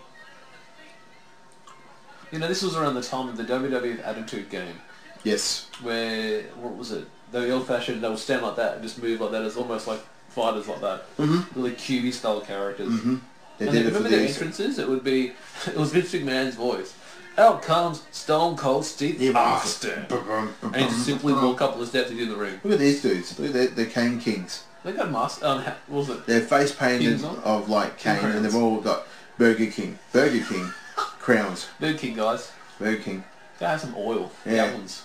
[SPEAKER 4] You know, this was around the time of the WWF Attitude Game,
[SPEAKER 3] Yes.
[SPEAKER 4] where what was it? They were old-fashioned. They would stand like that and just move like that. It's almost like fighters like that, mm-hmm. really cubey style characters. Mm-hmm.
[SPEAKER 3] They did
[SPEAKER 4] and they,
[SPEAKER 3] it for
[SPEAKER 4] remember their
[SPEAKER 3] the.
[SPEAKER 4] entrances? It would be it was Vince McMahon's voice. Out comes Stone Cold Steve Austin, and he'd simply
[SPEAKER 3] Uh-huh.
[SPEAKER 4] walk up the steps into the ring.
[SPEAKER 3] Look at these dudes. Look at the, the Kane Kings.
[SPEAKER 4] They got mask. Um, ha- what was it?
[SPEAKER 3] They're face painted
[SPEAKER 4] Kings on?
[SPEAKER 3] of like Kane,
[SPEAKER 4] crowns.
[SPEAKER 3] and they've all got Burger King, Burger King crowns,
[SPEAKER 4] Burger King guys.
[SPEAKER 3] Burger King.
[SPEAKER 4] They have some oil.
[SPEAKER 3] Yeah.
[SPEAKER 4] Gallons.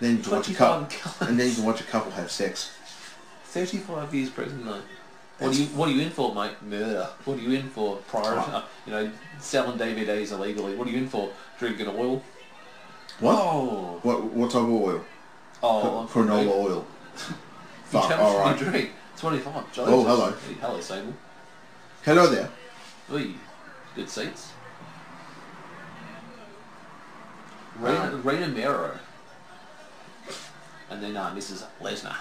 [SPEAKER 3] Then you can watch a
[SPEAKER 4] 25
[SPEAKER 3] couple,
[SPEAKER 4] gallons.
[SPEAKER 3] and then you can watch a couple have sex.
[SPEAKER 4] 35 years prison though. What are you What are you in for, mate? Murder. What are you in for? Prior,
[SPEAKER 3] Oh.
[SPEAKER 4] uh, you know, selling DVDs illegally. What are you in for? Drinking oil.
[SPEAKER 3] What?
[SPEAKER 4] Oh,
[SPEAKER 3] What? What type of oil?
[SPEAKER 4] oh,
[SPEAKER 3] Canola oil. Fuck. All right.
[SPEAKER 4] drink. 25. Jolly
[SPEAKER 3] Oh, hello.
[SPEAKER 4] Hey, hello, Sable.
[SPEAKER 3] Hello there.
[SPEAKER 4] Hey, good seats.
[SPEAKER 3] Uh.
[SPEAKER 4] Rena, Rena Mero. And then uh, Mrs. Lesnar.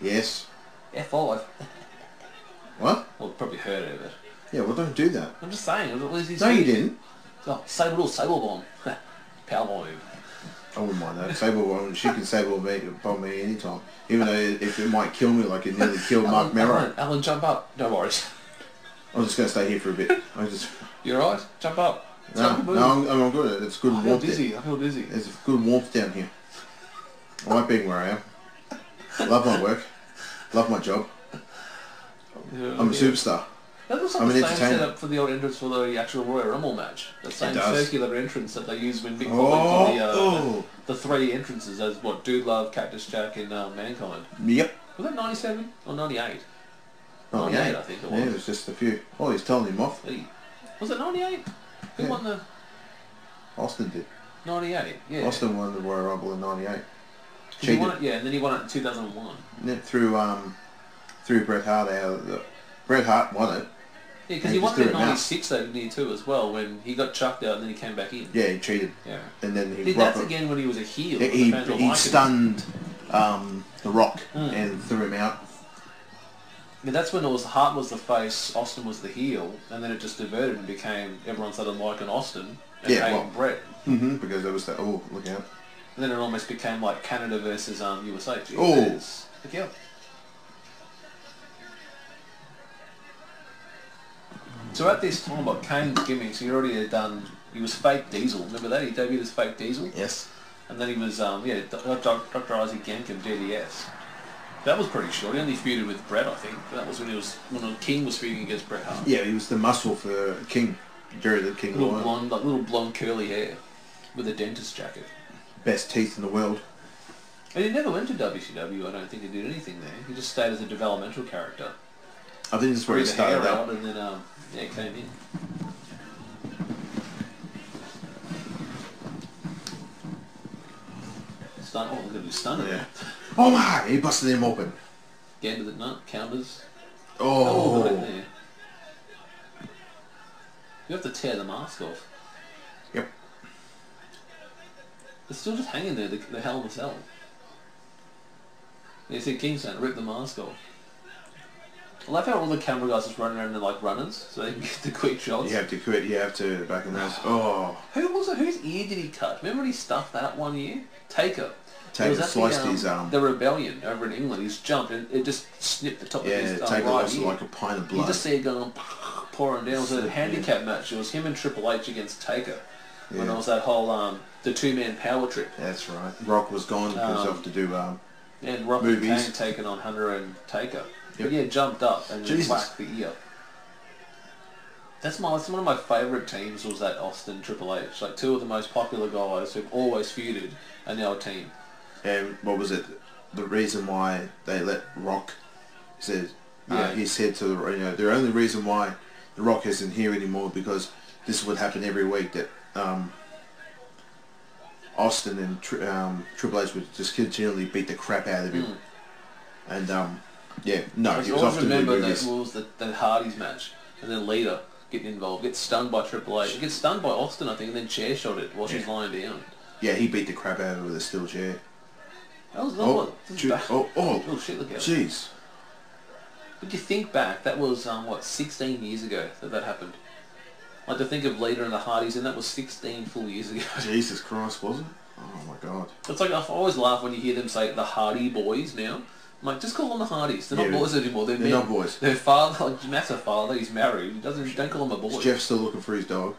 [SPEAKER 3] Yes.
[SPEAKER 4] F5.
[SPEAKER 3] What?
[SPEAKER 4] Well, probably heard of it.
[SPEAKER 3] Yeah. Well, don't do that.
[SPEAKER 4] I'm just saying. it was-
[SPEAKER 3] No, you didn't.
[SPEAKER 4] Oh, Sable Little Sable Bomb. Power Bomb.
[SPEAKER 3] I wouldn't mind that. Sable woman, she can sable me, bomb me anytime. Even though if it might kill me, like it nearly killed Mark
[SPEAKER 4] Alan,
[SPEAKER 3] Merrow.
[SPEAKER 4] Alan, Alan, jump up. No worries.
[SPEAKER 3] I'm just gonna stay here for a bit. I just
[SPEAKER 4] You're right. Jump up.
[SPEAKER 3] no,
[SPEAKER 4] Jump, move.
[SPEAKER 3] no, I'm, I'm good. It's good
[SPEAKER 4] I feel
[SPEAKER 3] warmth.
[SPEAKER 4] dizzy.
[SPEAKER 3] There.
[SPEAKER 4] I feel dizzy.
[SPEAKER 3] There's a good warmth down here. I like being where I am. Love my work. Love my job.
[SPEAKER 4] Yeah,
[SPEAKER 3] I'm a
[SPEAKER 4] yeah.
[SPEAKER 3] superstar.
[SPEAKER 4] That looks like
[SPEAKER 3] I'm
[SPEAKER 4] the
[SPEAKER 3] an
[SPEAKER 4] same
[SPEAKER 3] entertainer.
[SPEAKER 4] setup for the old entrance for the actual Royal Rumble match. The same
[SPEAKER 3] does.
[SPEAKER 4] circular entrance that they use when Mick
[SPEAKER 3] Oh,
[SPEAKER 4] Foley did the, uh,
[SPEAKER 3] oh.
[SPEAKER 4] the three entrances as what Dude Love, Cactus Jack, and uh, Mankind.
[SPEAKER 3] Yep.
[SPEAKER 4] Was that '97 or '98?
[SPEAKER 3] Oh,
[SPEAKER 4] Oh,
[SPEAKER 3] yeah.
[SPEAKER 4] yeah, I think it
[SPEAKER 3] Yeah,
[SPEAKER 4] was.
[SPEAKER 3] it was just a few. Oh, he's telling him off.
[SPEAKER 4] Hey, was it '98? Who
[SPEAKER 3] Yeah.
[SPEAKER 4] won the
[SPEAKER 3] Austin did.
[SPEAKER 4] '98? Yeah,
[SPEAKER 3] Austin won the Royal Rumble in '98.
[SPEAKER 4] He
[SPEAKER 3] Cheated
[SPEAKER 4] won it, yeah, and then he won it in 2001.
[SPEAKER 3] Nipped through um through Bret Hart out. Of the, Bret Hart won it.
[SPEAKER 4] Yeah, because
[SPEAKER 3] He
[SPEAKER 4] he
[SPEAKER 3] just
[SPEAKER 4] won
[SPEAKER 3] threw
[SPEAKER 4] it in
[SPEAKER 3] it out.
[SPEAKER 4] 96 though, didn't he, too, as well, when he got chucked out and then he came back in.
[SPEAKER 3] Yeah, he cheated.
[SPEAKER 4] Yeah.
[SPEAKER 3] And then he
[SPEAKER 4] See, that's
[SPEAKER 3] proper-
[SPEAKER 4] again when he was a heel.
[SPEAKER 3] he,
[SPEAKER 4] and the
[SPEAKER 3] he,
[SPEAKER 4] fans were
[SPEAKER 3] he
[SPEAKER 4] liking him.
[SPEAKER 3] stunned um, the Rock and threw him out.
[SPEAKER 4] But that's when it was Hart was the face, Austin was the heel, and then it just diverted and became everyone started liking Austin and
[SPEAKER 3] Yeah,
[SPEAKER 4] hating
[SPEAKER 3] well-
[SPEAKER 4] Brett.
[SPEAKER 3] hmm because there was that. Oh, look out!
[SPEAKER 4] And then it almost became like Canada versus um, USA. Jeez,
[SPEAKER 3] Oh.
[SPEAKER 4] there's- Look out. So at this time, what Kane's gimmicks, he already had done, he was fake Diesel. Remember that? He debuted as fake Diesel?
[SPEAKER 3] Yes.
[SPEAKER 4] And then he was, um, yeah, Dr. Dr. Isaac Yankum, DDS. That was pretty short. He only feuded with Brett, I think. That was when he was when King was feuding against Bret Hart.
[SPEAKER 3] Yeah, he was the muscle for King during the King
[SPEAKER 4] Little
[SPEAKER 3] Lion.
[SPEAKER 4] blonde, like little blonde curly hair, with a dentist jacket.
[SPEAKER 3] best teeth in the world.
[SPEAKER 4] And he never went to WCW. I don't think he did anything there. He just stayed as a developmental character.
[SPEAKER 3] I think that's where
[SPEAKER 4] Grew
[SPEAKER 3] it
[SPEAKER 4] the hair
[SPEAKER 3] started
[SPEAKER 4] out
[SPEAKER 3] out.
[SPEAKER 4] and then um, yeah, came in. Stun! Oh, look at him stunning.
[SPEAKER 3] Yeah. Oh my! He busted him open.
[SPEAKER 4] Get into the nut counters. Oh,
[SPEAKER 3] Oh.
[SPEAKER 4] got it there. You have to tear the mask off.
[SPEAKER 3] Yep.
[SPEAKER 4] It's still just hanging there. The, the helmet's held. And you see Kingston rip the mask off. I love how all the camera guys just running around in like runners, so they can get the quick shots.
[SPEAKER 3] You have to quit. You have to back in this. Oh,
[SPEAKER 4] Who was it? Whose ear did he cut? Remember when he stuffed that one ear? Taker. It
[SPEAKER 3] Taker
[SPEAKER 4] was at
[SPEAKER 3] sliced
[SPEAKER 4] the, um,
[SPEAKER 3] his arm.
[SPEAKER 4] The rebellion over in England. He's jumped and it just snipped the top
[SPEAKER 3] yeah.
[SPEAKER 4] of his um,
[SPEAKER 3] Take
[SPEAKER 4] right
[SPEAKER 3] loss
[SPEAKER 4] ear.
[SPEAKER 3] like a pint of
[SPEAKER 4] You
[SPEAKER 3] blood.
[SPEAKER 4] just see it going pouring down. It was a handicap match. It was him and Triple H against Taker. When
[SPEAKER 3] Yeah.
[SPEAKER 4] it was that whole um, the two man power trip
[SPEAKER 3] That's right. Rock was gone because
[SPEAKER 4] Um,
[SPEAKER 3] of to do um,
[SPEAKER 4] and Rock
[SPEAKER 3] Movies.
[SPEAKER 4] and Kane taking on Hunter and Taker. But yeah, jumped up and just
[SPEAKER 3] Jesus.
[SPEAKER 4] whacked the ear. That's my that's one of my favourite teams was that Austin Triple H. Like two of the most popular guys who've always feuded are now a team.
[SPEAKER 3] and what was it? The reason why they let Rock said
[SPEAKER 4] Yeah.
[SPEAKER 3] uh, he said to the you know the only reason why the Rock isn't here anymore because this would happen every week that um, Austin and Tri- um, Triple H would just continually beat the crap out of him, and um, yeah, no,
[SPEAKER 4] I
[SPEAKER 3] he was
[SPEAKER 4] Hmm. always
[SPEAKER 3] often doing
[SPEAKER 4] remember that
[SPEAKER 3] movies.
[SPEAKER 4] was the, the Hardy's match and then Lita getting involved, gets stunned by Triple H, gets stunned by Austin I think, and then chair shot it while she's lying down.
[SPEAKER 3] Yeah, he beat the crap out of him with a steel chair.
[SPEAKER 4] That was
[SPEAKER 3] Oh,
[SPEAKER 4] lovely. This is
[SPEAKER 3] ju-
[SPEAKER 4] bad.
[SPEAKER 3] oh, oh.
[SPEAKER 4] oh shit! Look at it.
[SPEAKER 3] Jeez,
[SPEAKER 4] But you think back, that was um, what 16 years ago that that happened. Like to think of Lita and the Hardys, and that was 16 full years ago.
[SPEAKER 3] Jesus Christ, was it? Oh my God.
[SPEAKER 4] It's like I always laugh when you hear them say the Hardy Boys now. I'm like, just call them the Hardys. They're not
[SPEAKER 3] Yeah,
[SPEAKER 4] boys anymore. They're,
[SPEAKER 3] they're
[SPEAKER 4] men.
[SPEAKER 3] not boys.
[SPEAKER 4] Their father, like Matt's a father. He's married. He doesn't don't call him a boy.
[SPEAKER 3] Is Jeff still looking for his dog?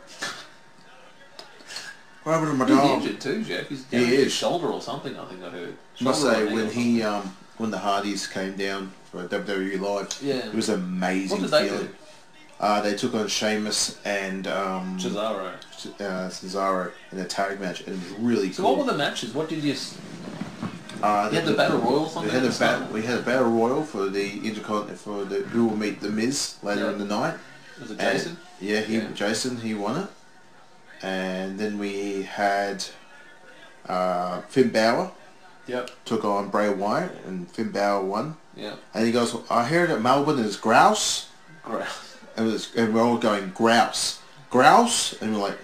[SPEAKER 3] What happened to my
[SPEAKER 4] He's
[SPEAKER 3] dog?
[SPEAKER 4] injured too, Jeff. He's down
[SPEAKER 3] He
[SPEAKER 4] his
[SPEAKER 3] is.
[SPEAKER 4] shoulder or something. I think I heard.
[SPEAKER 3] Must
[SPEAKER 4] Shoulder or
[SPEAKER 3] say,
[SPEAKER 4] knee
[SPEAKER 3] when
[SPEAKER 4] or
[SPEAKER 3] he
[SPEAKER 4] something.
[SPEAKER 3] um, when the Hardys came down for WWE Live,
[SPEAKER 4] Yeah.
[SPEAKER 3] it was an amazing
[SPEAKER 4] What did they
[SPEAKER 3] feeling.
[SPEAKER 4] do?
[SPEAKER 3] Uh, they took on Sheamus and um,
[SPEAKER 4] Cesaro.
[SPEAKER 3] uh, Cesaro in a tag match, and it was really
[SPEAKER 4] So
[SPEAKER 3] cool.
[SPEAKER 4] what were the matches? What did you? s-
[SPEAKER 3] uh,
[SPEAKER 4] you had the battle royal
[SPEAKER 3] We
[SPEAKER 4] something
[SPEAKER 3] had
[SPEAKER 4] at
[SPEAKER 3] a
[SPEAKER 4] the start?
[SPEAKER 3] battle. We had a battle royal for the intercontinental for the who will meet the Miz later
[SPEAKER 4] Yeah.
[SPEAKER 3] in the night.
[SPEAKER 4] Was it
[SPEAKER 3] And-
[SPEAKER 4] Jason?
[SPEAKER 3] yeah, he
[SPEAKER 4] Yeah.
[SPEAKER 3] Jason he won it, and then we had uh, Finn Balor
[SPEAKER 4] Yep.
[SPEAKER 3] took on Bray Wyatt, and Finn Balor won.
[SPEAKER 4] Yep.
[SPEAKER 3] And he goes, I heard that Melbourne is grouse,
[SPEAKER 4] Grouse.
[SPEAKER 3] and, it was, and we're all going grouse, grouse, and we're like,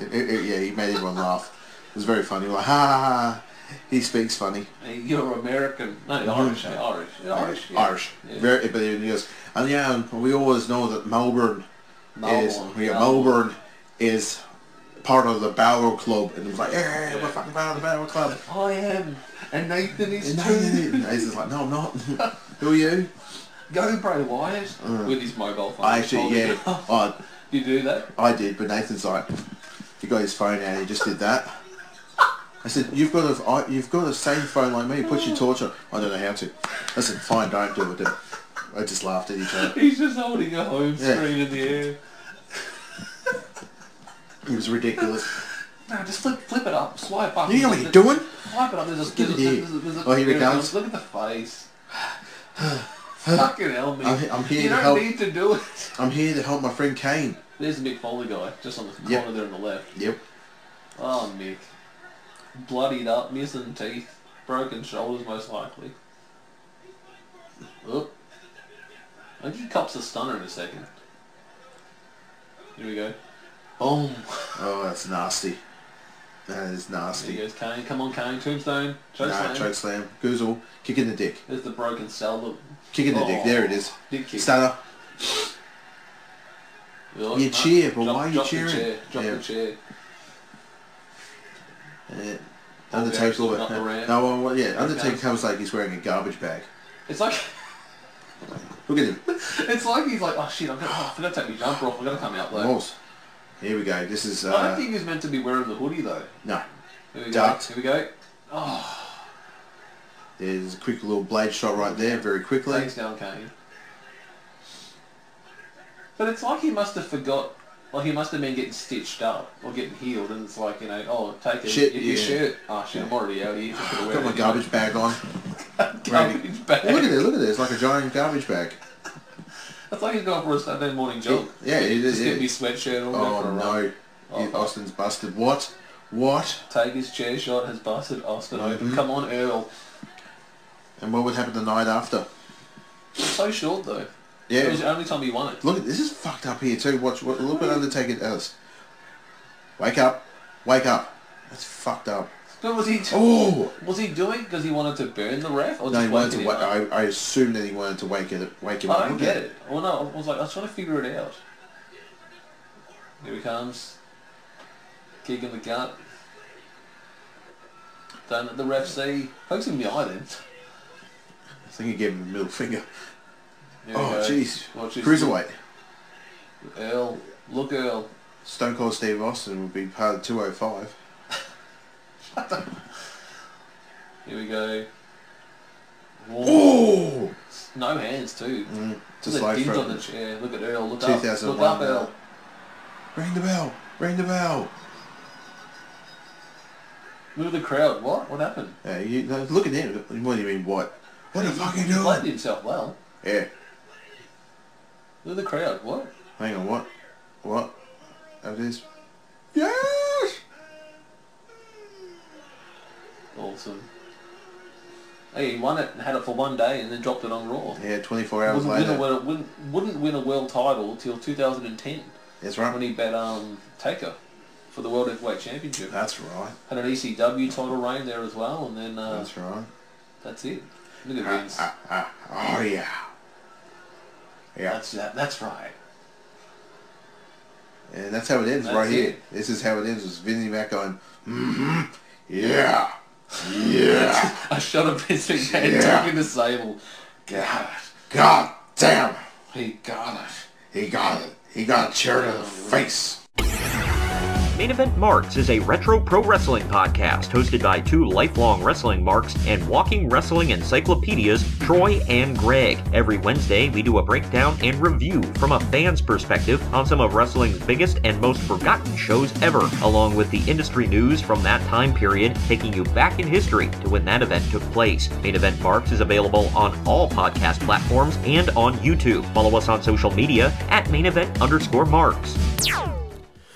[SPEAKER 3] it, it- it- yeah, he made everyone laugh. It was very funny. We're like, ha ha ha. He speaks funny.
[SPEAKER 4] Hey, You're American. No, Irish. eh? Irish. Yeah, Irish. yeah.
[SPEAKER 3] Irish.
[SPEAKER 4] Yeah.
[SPEAKER 3] Very, but he goes, and yeah, and we always know that Melbourne, is,
[SPEAKER 4] Melbourne.
[SPEAKER 3] yeah, Melbourne is part of the Barrow Club, and he's like, yeah, we're fucking part of the Barrow Club.
[SPEAKER 4] I am. And Nathan is
[SPEAKER 3] and
[SPEAKER 4] too.
[SPEAKER 3] he's just like, no, I'm not. Who are you?
[SPEAKER 4] Go Bray Wyatt. With his mobile phone.
[SPEAKER 3] Uh. I actually, yeah, I,
[SPEAKER 4] You do that?
[SPEAKER 3] I did, but Nathan's like, he got his phone out. He just did that. I said, you've got a, I, you've got the same phone like me. Put your torch on. I don't know how to. I said, fine, don't do it. Then. I just laughed at each other.
[SPEAKER 4] He's just holding a home
[SPEAKER 3] Yeah.
[SPEAKER 4] screen in the air.
[SPEAKER 3] It was ridiculous.
[SPEAKER 4] No, just flip, flip it up. Swipe up.
[SPEAKER 3] You know what
[SPEAKER 4] There's
[SPEAKER 3] you're
[SPEAKER 4] a-
[SPEAKER 3] doing?
[SPEAKER 4] Swipe it up. There's a...
[SPEAKER 3] Give
[SPEAKER 4] There's
[SPEAKER 3] it
[SPEAKER 4] a,
[SPEAKER 3] here.
[SPEAKER 4] there's a, there's a
[SPEAKER 3] Oh, here it
[SPEAKER 4] there's a-
[SPEAKER 3] comes.
[SPEAKER 4] Look at the face. Fucking hell, me.
[SPEAKER 3] I'm he- I'm here
[SPEAKER 4] You
[SPEAKER 3] to
[SPEAKER 4] don't
[SPEAKER 3] help.
[SPEAKER 4] need to do it.
[SPEAKER 3] I'm here to help my friend Kane.
[SPEAKER 4] There's the Mick Foley guy, just on the corner
[SPEAKER 3] Yep.
[SPEAKER 4] there on the left.
[SPEAKER 3] Yep.
[SPEAKER 4] Oh, Mick. Bloodied up, missing teeth, broken shoulders most likely. Oop. I think he cops a stunner in a second. Here we go. Boom.
[SPEAKER 3] Oh, that's nasty. That is
[SPEAKER 4] There
[SPEAKER 3] nasty.
[SPEAKER 4] goes Kane. Come on, Kane. Tombstone. Choke
[SPEAKER 3] No,
[SPEAKER 4] slam.
[SPEAKER 3] choke slam. Goozle. Kick in the dick.
[SPEAKER 4] There's the broken cell.
[SPEAKER 3] Kick in the dick. There it is.
[SPEAKER 4] Oh, Dick kick.
[SPEAKER 3] Stunner.
[SPEAKER 4] Oh,
[SPEAKER 3] You
[SPEAKER 4] no.
[SPEAKER 3] cheer, but
[SPEAKER 4] Drop-
[SPEAKER 3] why are you
[SPEAKER 4] drop the
[SPEAKER 3] cheering?
[SPEAKER 4] chair, Drop
[SPEAKER 3] Yeah.
[SPEAKER 4] the chair.
[SPEAKER 3] Uh,
[SPEAKER 4] Undertaker's
[SPEAKER 3] Undertaker's all
[SPEAKER 4] not the ramp.
[SPEAKER 3] No, well, well, yeah. Undertaker
[SPEAKER 4] Okay.
[SPEAKER 3] comes like he's wearing a garbage bag.
[SPEAKER 4] It's like
[SPEAKER 3] Look at him.
[SPEAKER 4] it's like he's like, oh shit, I'm gonna, oh, I forgot to take my jumper off. I'm gonna come out though.
[SPEAKER 3] Balls. Here we go. This is
[SPEAKER 4] I don't
[SPEAKER 3] uh,
[SPEAKER 4] think he was meant to be wearing the hoodie though.
[SPEAKER 3] no.
[SPEAKER 4] Here we go.
[SPEAKER 3] Ducked.
[SPEAKER 4] Here we go.
[SPEAKER 3] There's a quick little blade shot right there, very quickly.
[SPEAKER 4] Legs down, Kane. But it's like he must have forgot Well, he must have been getting stitched up or getting healed, and it's like you know, oh, take a,
[SPEAKER 3] Shit,
[SPEAKER 4] your your
[SPEAKER 3] yeah.
[SPEAKER 4] shirt. Oh shit, I'm already out here. Just
[SPEAKER 3] Got
[SPEAKER 4] gonna
[SPEAKER 3] my
[SPEAKER 4] wear
[SPEAKER 3] garbage bag on.
[SPEAKER 4] that garbage bag.
[SPEAKER 3] Look at it, look at this, like a giant garbage bag.
[SPEAKER 4] That's like he's going for a Sunday morning jog.
[SPEAKER 3] Yeah, it is.
[SPEAKER 4] Just get
[SPEAKER 3] It
[SPEAKER 4] me
[SPEAKER 3] is.
[SPEAKER 4] sweatshirt on. go for
[SPEAKER 3] Oh
[SPEAKER 4] a run.
[SPEAKER 3] no, Yeah, Austin's busted. What? What?
[SPEAKER 4] Take his chair shot has busted Austin
[SPEAKER 3] Mm-hmm.
[SPEAKER 4] open. Come on, Earl.
[SPEAKER 3] And what would happen the night after?
[SPEAKER 4] So short though. It was
[SPEAKER 3] Yeah.
[SPEAKER 4] the only time he won it.
[SPEAKER 3] Look at this is fucked up here too. Watch what look what Undertaker does. Wake up, wake up. That's fucked up.
[SPEAKER 4] But was he
[SPEAKER 3] Oh.
[SPEAKER 4] was he doing because he wanted to burn the ref or
[SPEAKER 3] No,
[SPEAKER 4] just
[SPEAKER 3] he wanted
[SPEAKER 4] waking
[SPEAKER 3] to.
[SPEAKER 4] him
[SPEAKER 3] Wa-
[SPEAKER 4] up?
[SPEAKER 3] I, I assume that he wanted to wake it, wake him
[SPEAKER 4] I
[SPEAKER 3] up.
[SPEAKER 4] don't get it. Well, no, I was like, I was trying to figure it out. Here he comes. Kick in the gut. Don't let the ref see. Pokes him in the eye then.
[SPEAKER 3] I think he gave him the middle finger.
[SPEAKER 4] Here we
[SPEAKER 3] Oh
[SPEAKER 4] go.
[SPEAKER 3] jeez.
[SPEAKER 4] Watch this.
[SPEAKER 3] Cruiserweight.
[SPEAKER 4] Earl. Look, Earl.
[SPEAKER 3] Stone Cold Steve Austin would be part of 205.
[SPEAKER 4] Here we go. Whoa.
[SPEAKER 3] Oh!
[SPEAKER 4] No hands too.
[SPEAKER 3] Just
[SPEAKER 4] Look at
[SPEAKER 3] like
[SPEAKER 4] Dinge on
[SPEAKER 3] from
[SPEAKER 4] the chair. Look at Earl. Look up. Look
[SPEAKER 3] 2001.
[SPEAKER 4] up, Earl.
[SPEAKER 3] Ring the bell! Ring the bell!
[SPEAKER 4] Look at the crowd. What? What happened?
[SPEAKER 3] Yeah, you, no, look at him. What do you mean, what? What the fuck are you
[SPEAKER 4] He played
[SPEAKER 3] doing?
[SPEAKER 4] himself well.
[SPEAKER 3] Yeah.
[SPEAKER 4] Look at the crowd. What?
[SPEAKER 3] Hang on, what? What? That is. Yes!
[SPEAKER 4] Awesome. Hey, he won it and had it for one day and then dropped it on Raw.
[SPEAKER 3] Yeah, 24 hours
[SPEAKER 4] Wouldn't win, a,
[SPEAKER 3] later.
[SPEAKER 4] world- wouldn't, wouldn't win a world title till 2010
[SPEAKER 3] That's
[SPEAKER 4] when
[SPEAKER 3] right.
[SPEAKER 4] he bet um, Taker for the World Heavyweight Championship.
[SPEAKER 3] That's right.
[SPEAKER 4] Had an ECW title reign there as well, and then uh,
[SPEAKER 3] That's right.
[SPEAKER 4] that's it. Look at Vince.
[SPEAKER 3] Ah, ah, oh, yeah. Yeah.
[SPEAKER 4] That's that, that's right.
[SPEAKER 3] And that's how it ends
[SPEAKER 4] That's
[SPEAKER 3] right here.
[SPEAKER 4] it.
[SPEAKER 3] This is how it ends. Is Vinny Mac going, mm-hmm, yeah, yeah,
[SPEAKER 4] I shot a Vince McMahon
[SPEAKER 3] Yeah.
[SPEAKER 4] took in the sable. God,
[SPEAKER 3] God damn,
[SPEAKER 4] he got it.
[SPEAKER 3] he got it. He got cheered in the face.
[SPEAKER 7] Main Event Marks is a retro pro wrestling podcast hosted by two lifelong wrestling marks and walking wrestling encyclopedias, Troy and Greg. Every Wednesday, we do a breakdown and review from a fan's perspective on some of wrestling's biggest and most forgotten shows ever, along with the industry news from that time period, taking you back in history to when that event took place. Main Event Marks is available on all podcast platforms and on YouTube. Follow us on social media at main event underscore marks.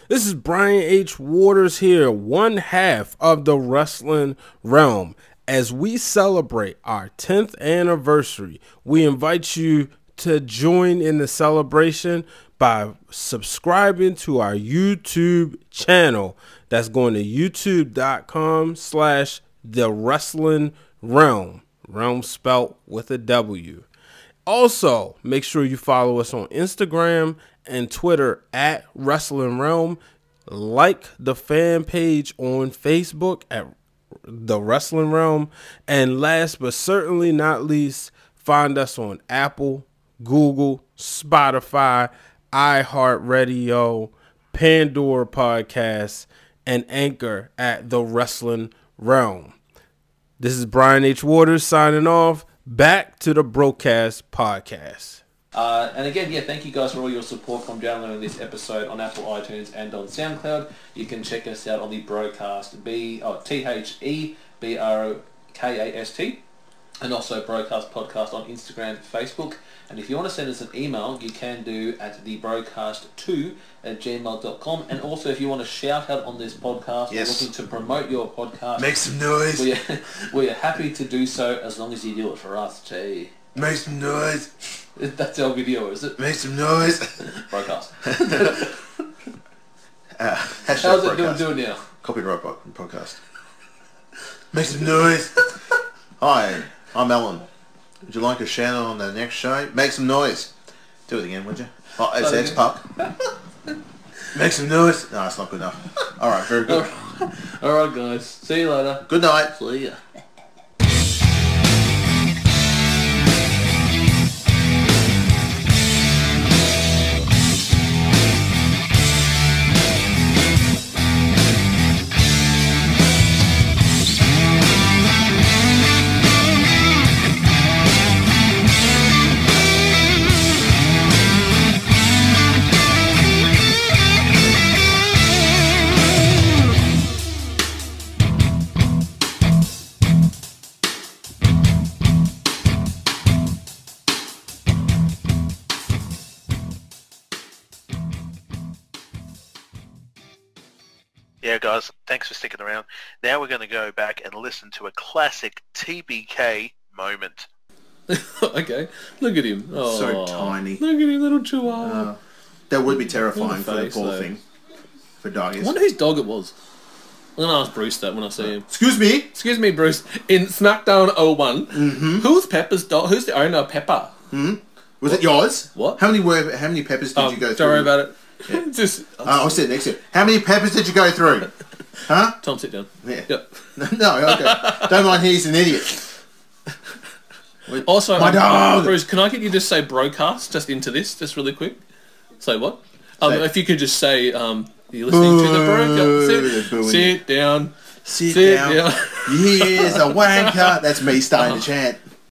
[SPEAKER 8] This is Brian H. Waters here, one half of the wrestling realm. As we celebrate our 10th anniversary, we invite you to join in the celebration by subscribing to our YouTube channel. That's going to youtube.com slash the wrestling realm. Realm spelt with a W. Also, make sure you follow us on Instagram and Twitter at Wrestling Realm. Like the fan page on Facebook at The Wrestling Realm. And last but certainly not least, find us on Apple, Google, Spotify, iHeartRadio, Pandora Podcasts, and Anchor at The Wrestling Realm. This is Brian H. Waters signing off. Back to the Broadcast Podcast.
[SPEAKER 4] Uh, and again, yeah, thank you guys for all your support from downloading this episode on Apple iTunes and on SoundCloud. You can check us out on the broadcast B oh, T H E B R O K A S T, and also broadcast podcast on Instagram, Facebook. And if you want to send us an email, you can do at the broadcast two at gmail.com. And also, if you want to shout out on this podcast,
[SPEAKER 3] Yes.
[SPEAKER 4] looking to promote your podcast,
[SPEAKER 3] Make some noise.
[SPEAKER 4] we are, we are happy to do so as long as you do it for us. Gee,
[SPEAKER 3] Make some noise.
[SPEAKER 4] that's our video, is it?
[SPEAKER 3] Make some noise.
[SPEAKER 4] Broadcast.
[SPEAKER 3] Uh, Hashtag
[SPEAKER 4] How's it doing,
[SPEAKER 3] broadcast.
[SPEAKER 4] doing now?
[SPEAKER 3] Copyright bo- podcast. Make some noise. Hi, I'm Alan. Would you like a shout out on the next show? Make some noise. Do it again, would you? Oh, it's
[SPEAKER 4] Sorry.
[SPEAKER 3] Ed's Puck. Make some noise. No, it's not good enough. All right, very good.
[SPEAKER 4] Alright guys, see you later.
[SPEAKER 3] Good night.
[SPEAKER 4] See ya.
[SPEAKER 9] Yeah, guys, thanks for sticking around. Now we're going to go back and listen to a classic TBK moment.
[SPEAKER 4] okay, look at him. Oh,
[SPEAKER 3] So tiny. Uh,
[SPEAKER 4] Look at him, little chihuahua.
[SPEAKER 3] That would be terrifying for the
[SPEAKER 4] face,
[SPEAKER 3] poor
[SPEAKER 4] though.
[SPEAKER 3] thing. For doggies.
[SPEAKER 4] I wonder whose dog it was. I'm going to ask Bruce that when I see him.
[SPEAKER 3] Excuse me.
[SPEAKER 4] Excuse me, Bruce. In Smackdown one
[SPEAKER 3] Mm-hmm.
[SPEAKER 4] who's Pepper's dog? Who's the owner of Pepper?
[SPEAKER 3] Was it yours?
[SPEAKER 4] What?
[SPEAKER 3] How many were? How many peppers did
[SPEAKER 4] Oh,
[SPEAKER 3] you go
[SPEAKER 4] don't
[SPEAKER 3] through?
[SPEAKER 4] worry about it. Just
[SPEAKER 3] Uh, I'll sit next to you. How many peppers did you go through?
[SPEAKER 4] Tom, sit down.
[SPEAKER 3] Uh, Yeah.
[SPEAKER 4] Yep.
[SPEAKER 3] no, okay. Don't mind. He's an idiot.
[SPEAKER 4] Also, um,
[SPEAKER 3] My dog!
[SPEAKER 4] Bruce, can I get you to say broadcast just into this, just really quick? Say what? Um,
[SPEAKER 3] Say-
[SPEAKER 4] if you could just say, um, you're listening to the
[SPEAKER 3] Boo, they're
[SPEAKER 4] broadcast.
[SPEAKER 3] booing
[SPEAKER 4] Sit, sit down.
[SPEAKER 3] Sit,
[SPEAKER 4] Sit
[SPEAKER 3] down.
[SPEAKER 4] down.
[SPEAKER 3] Here's a wanker. That's me starting to chant.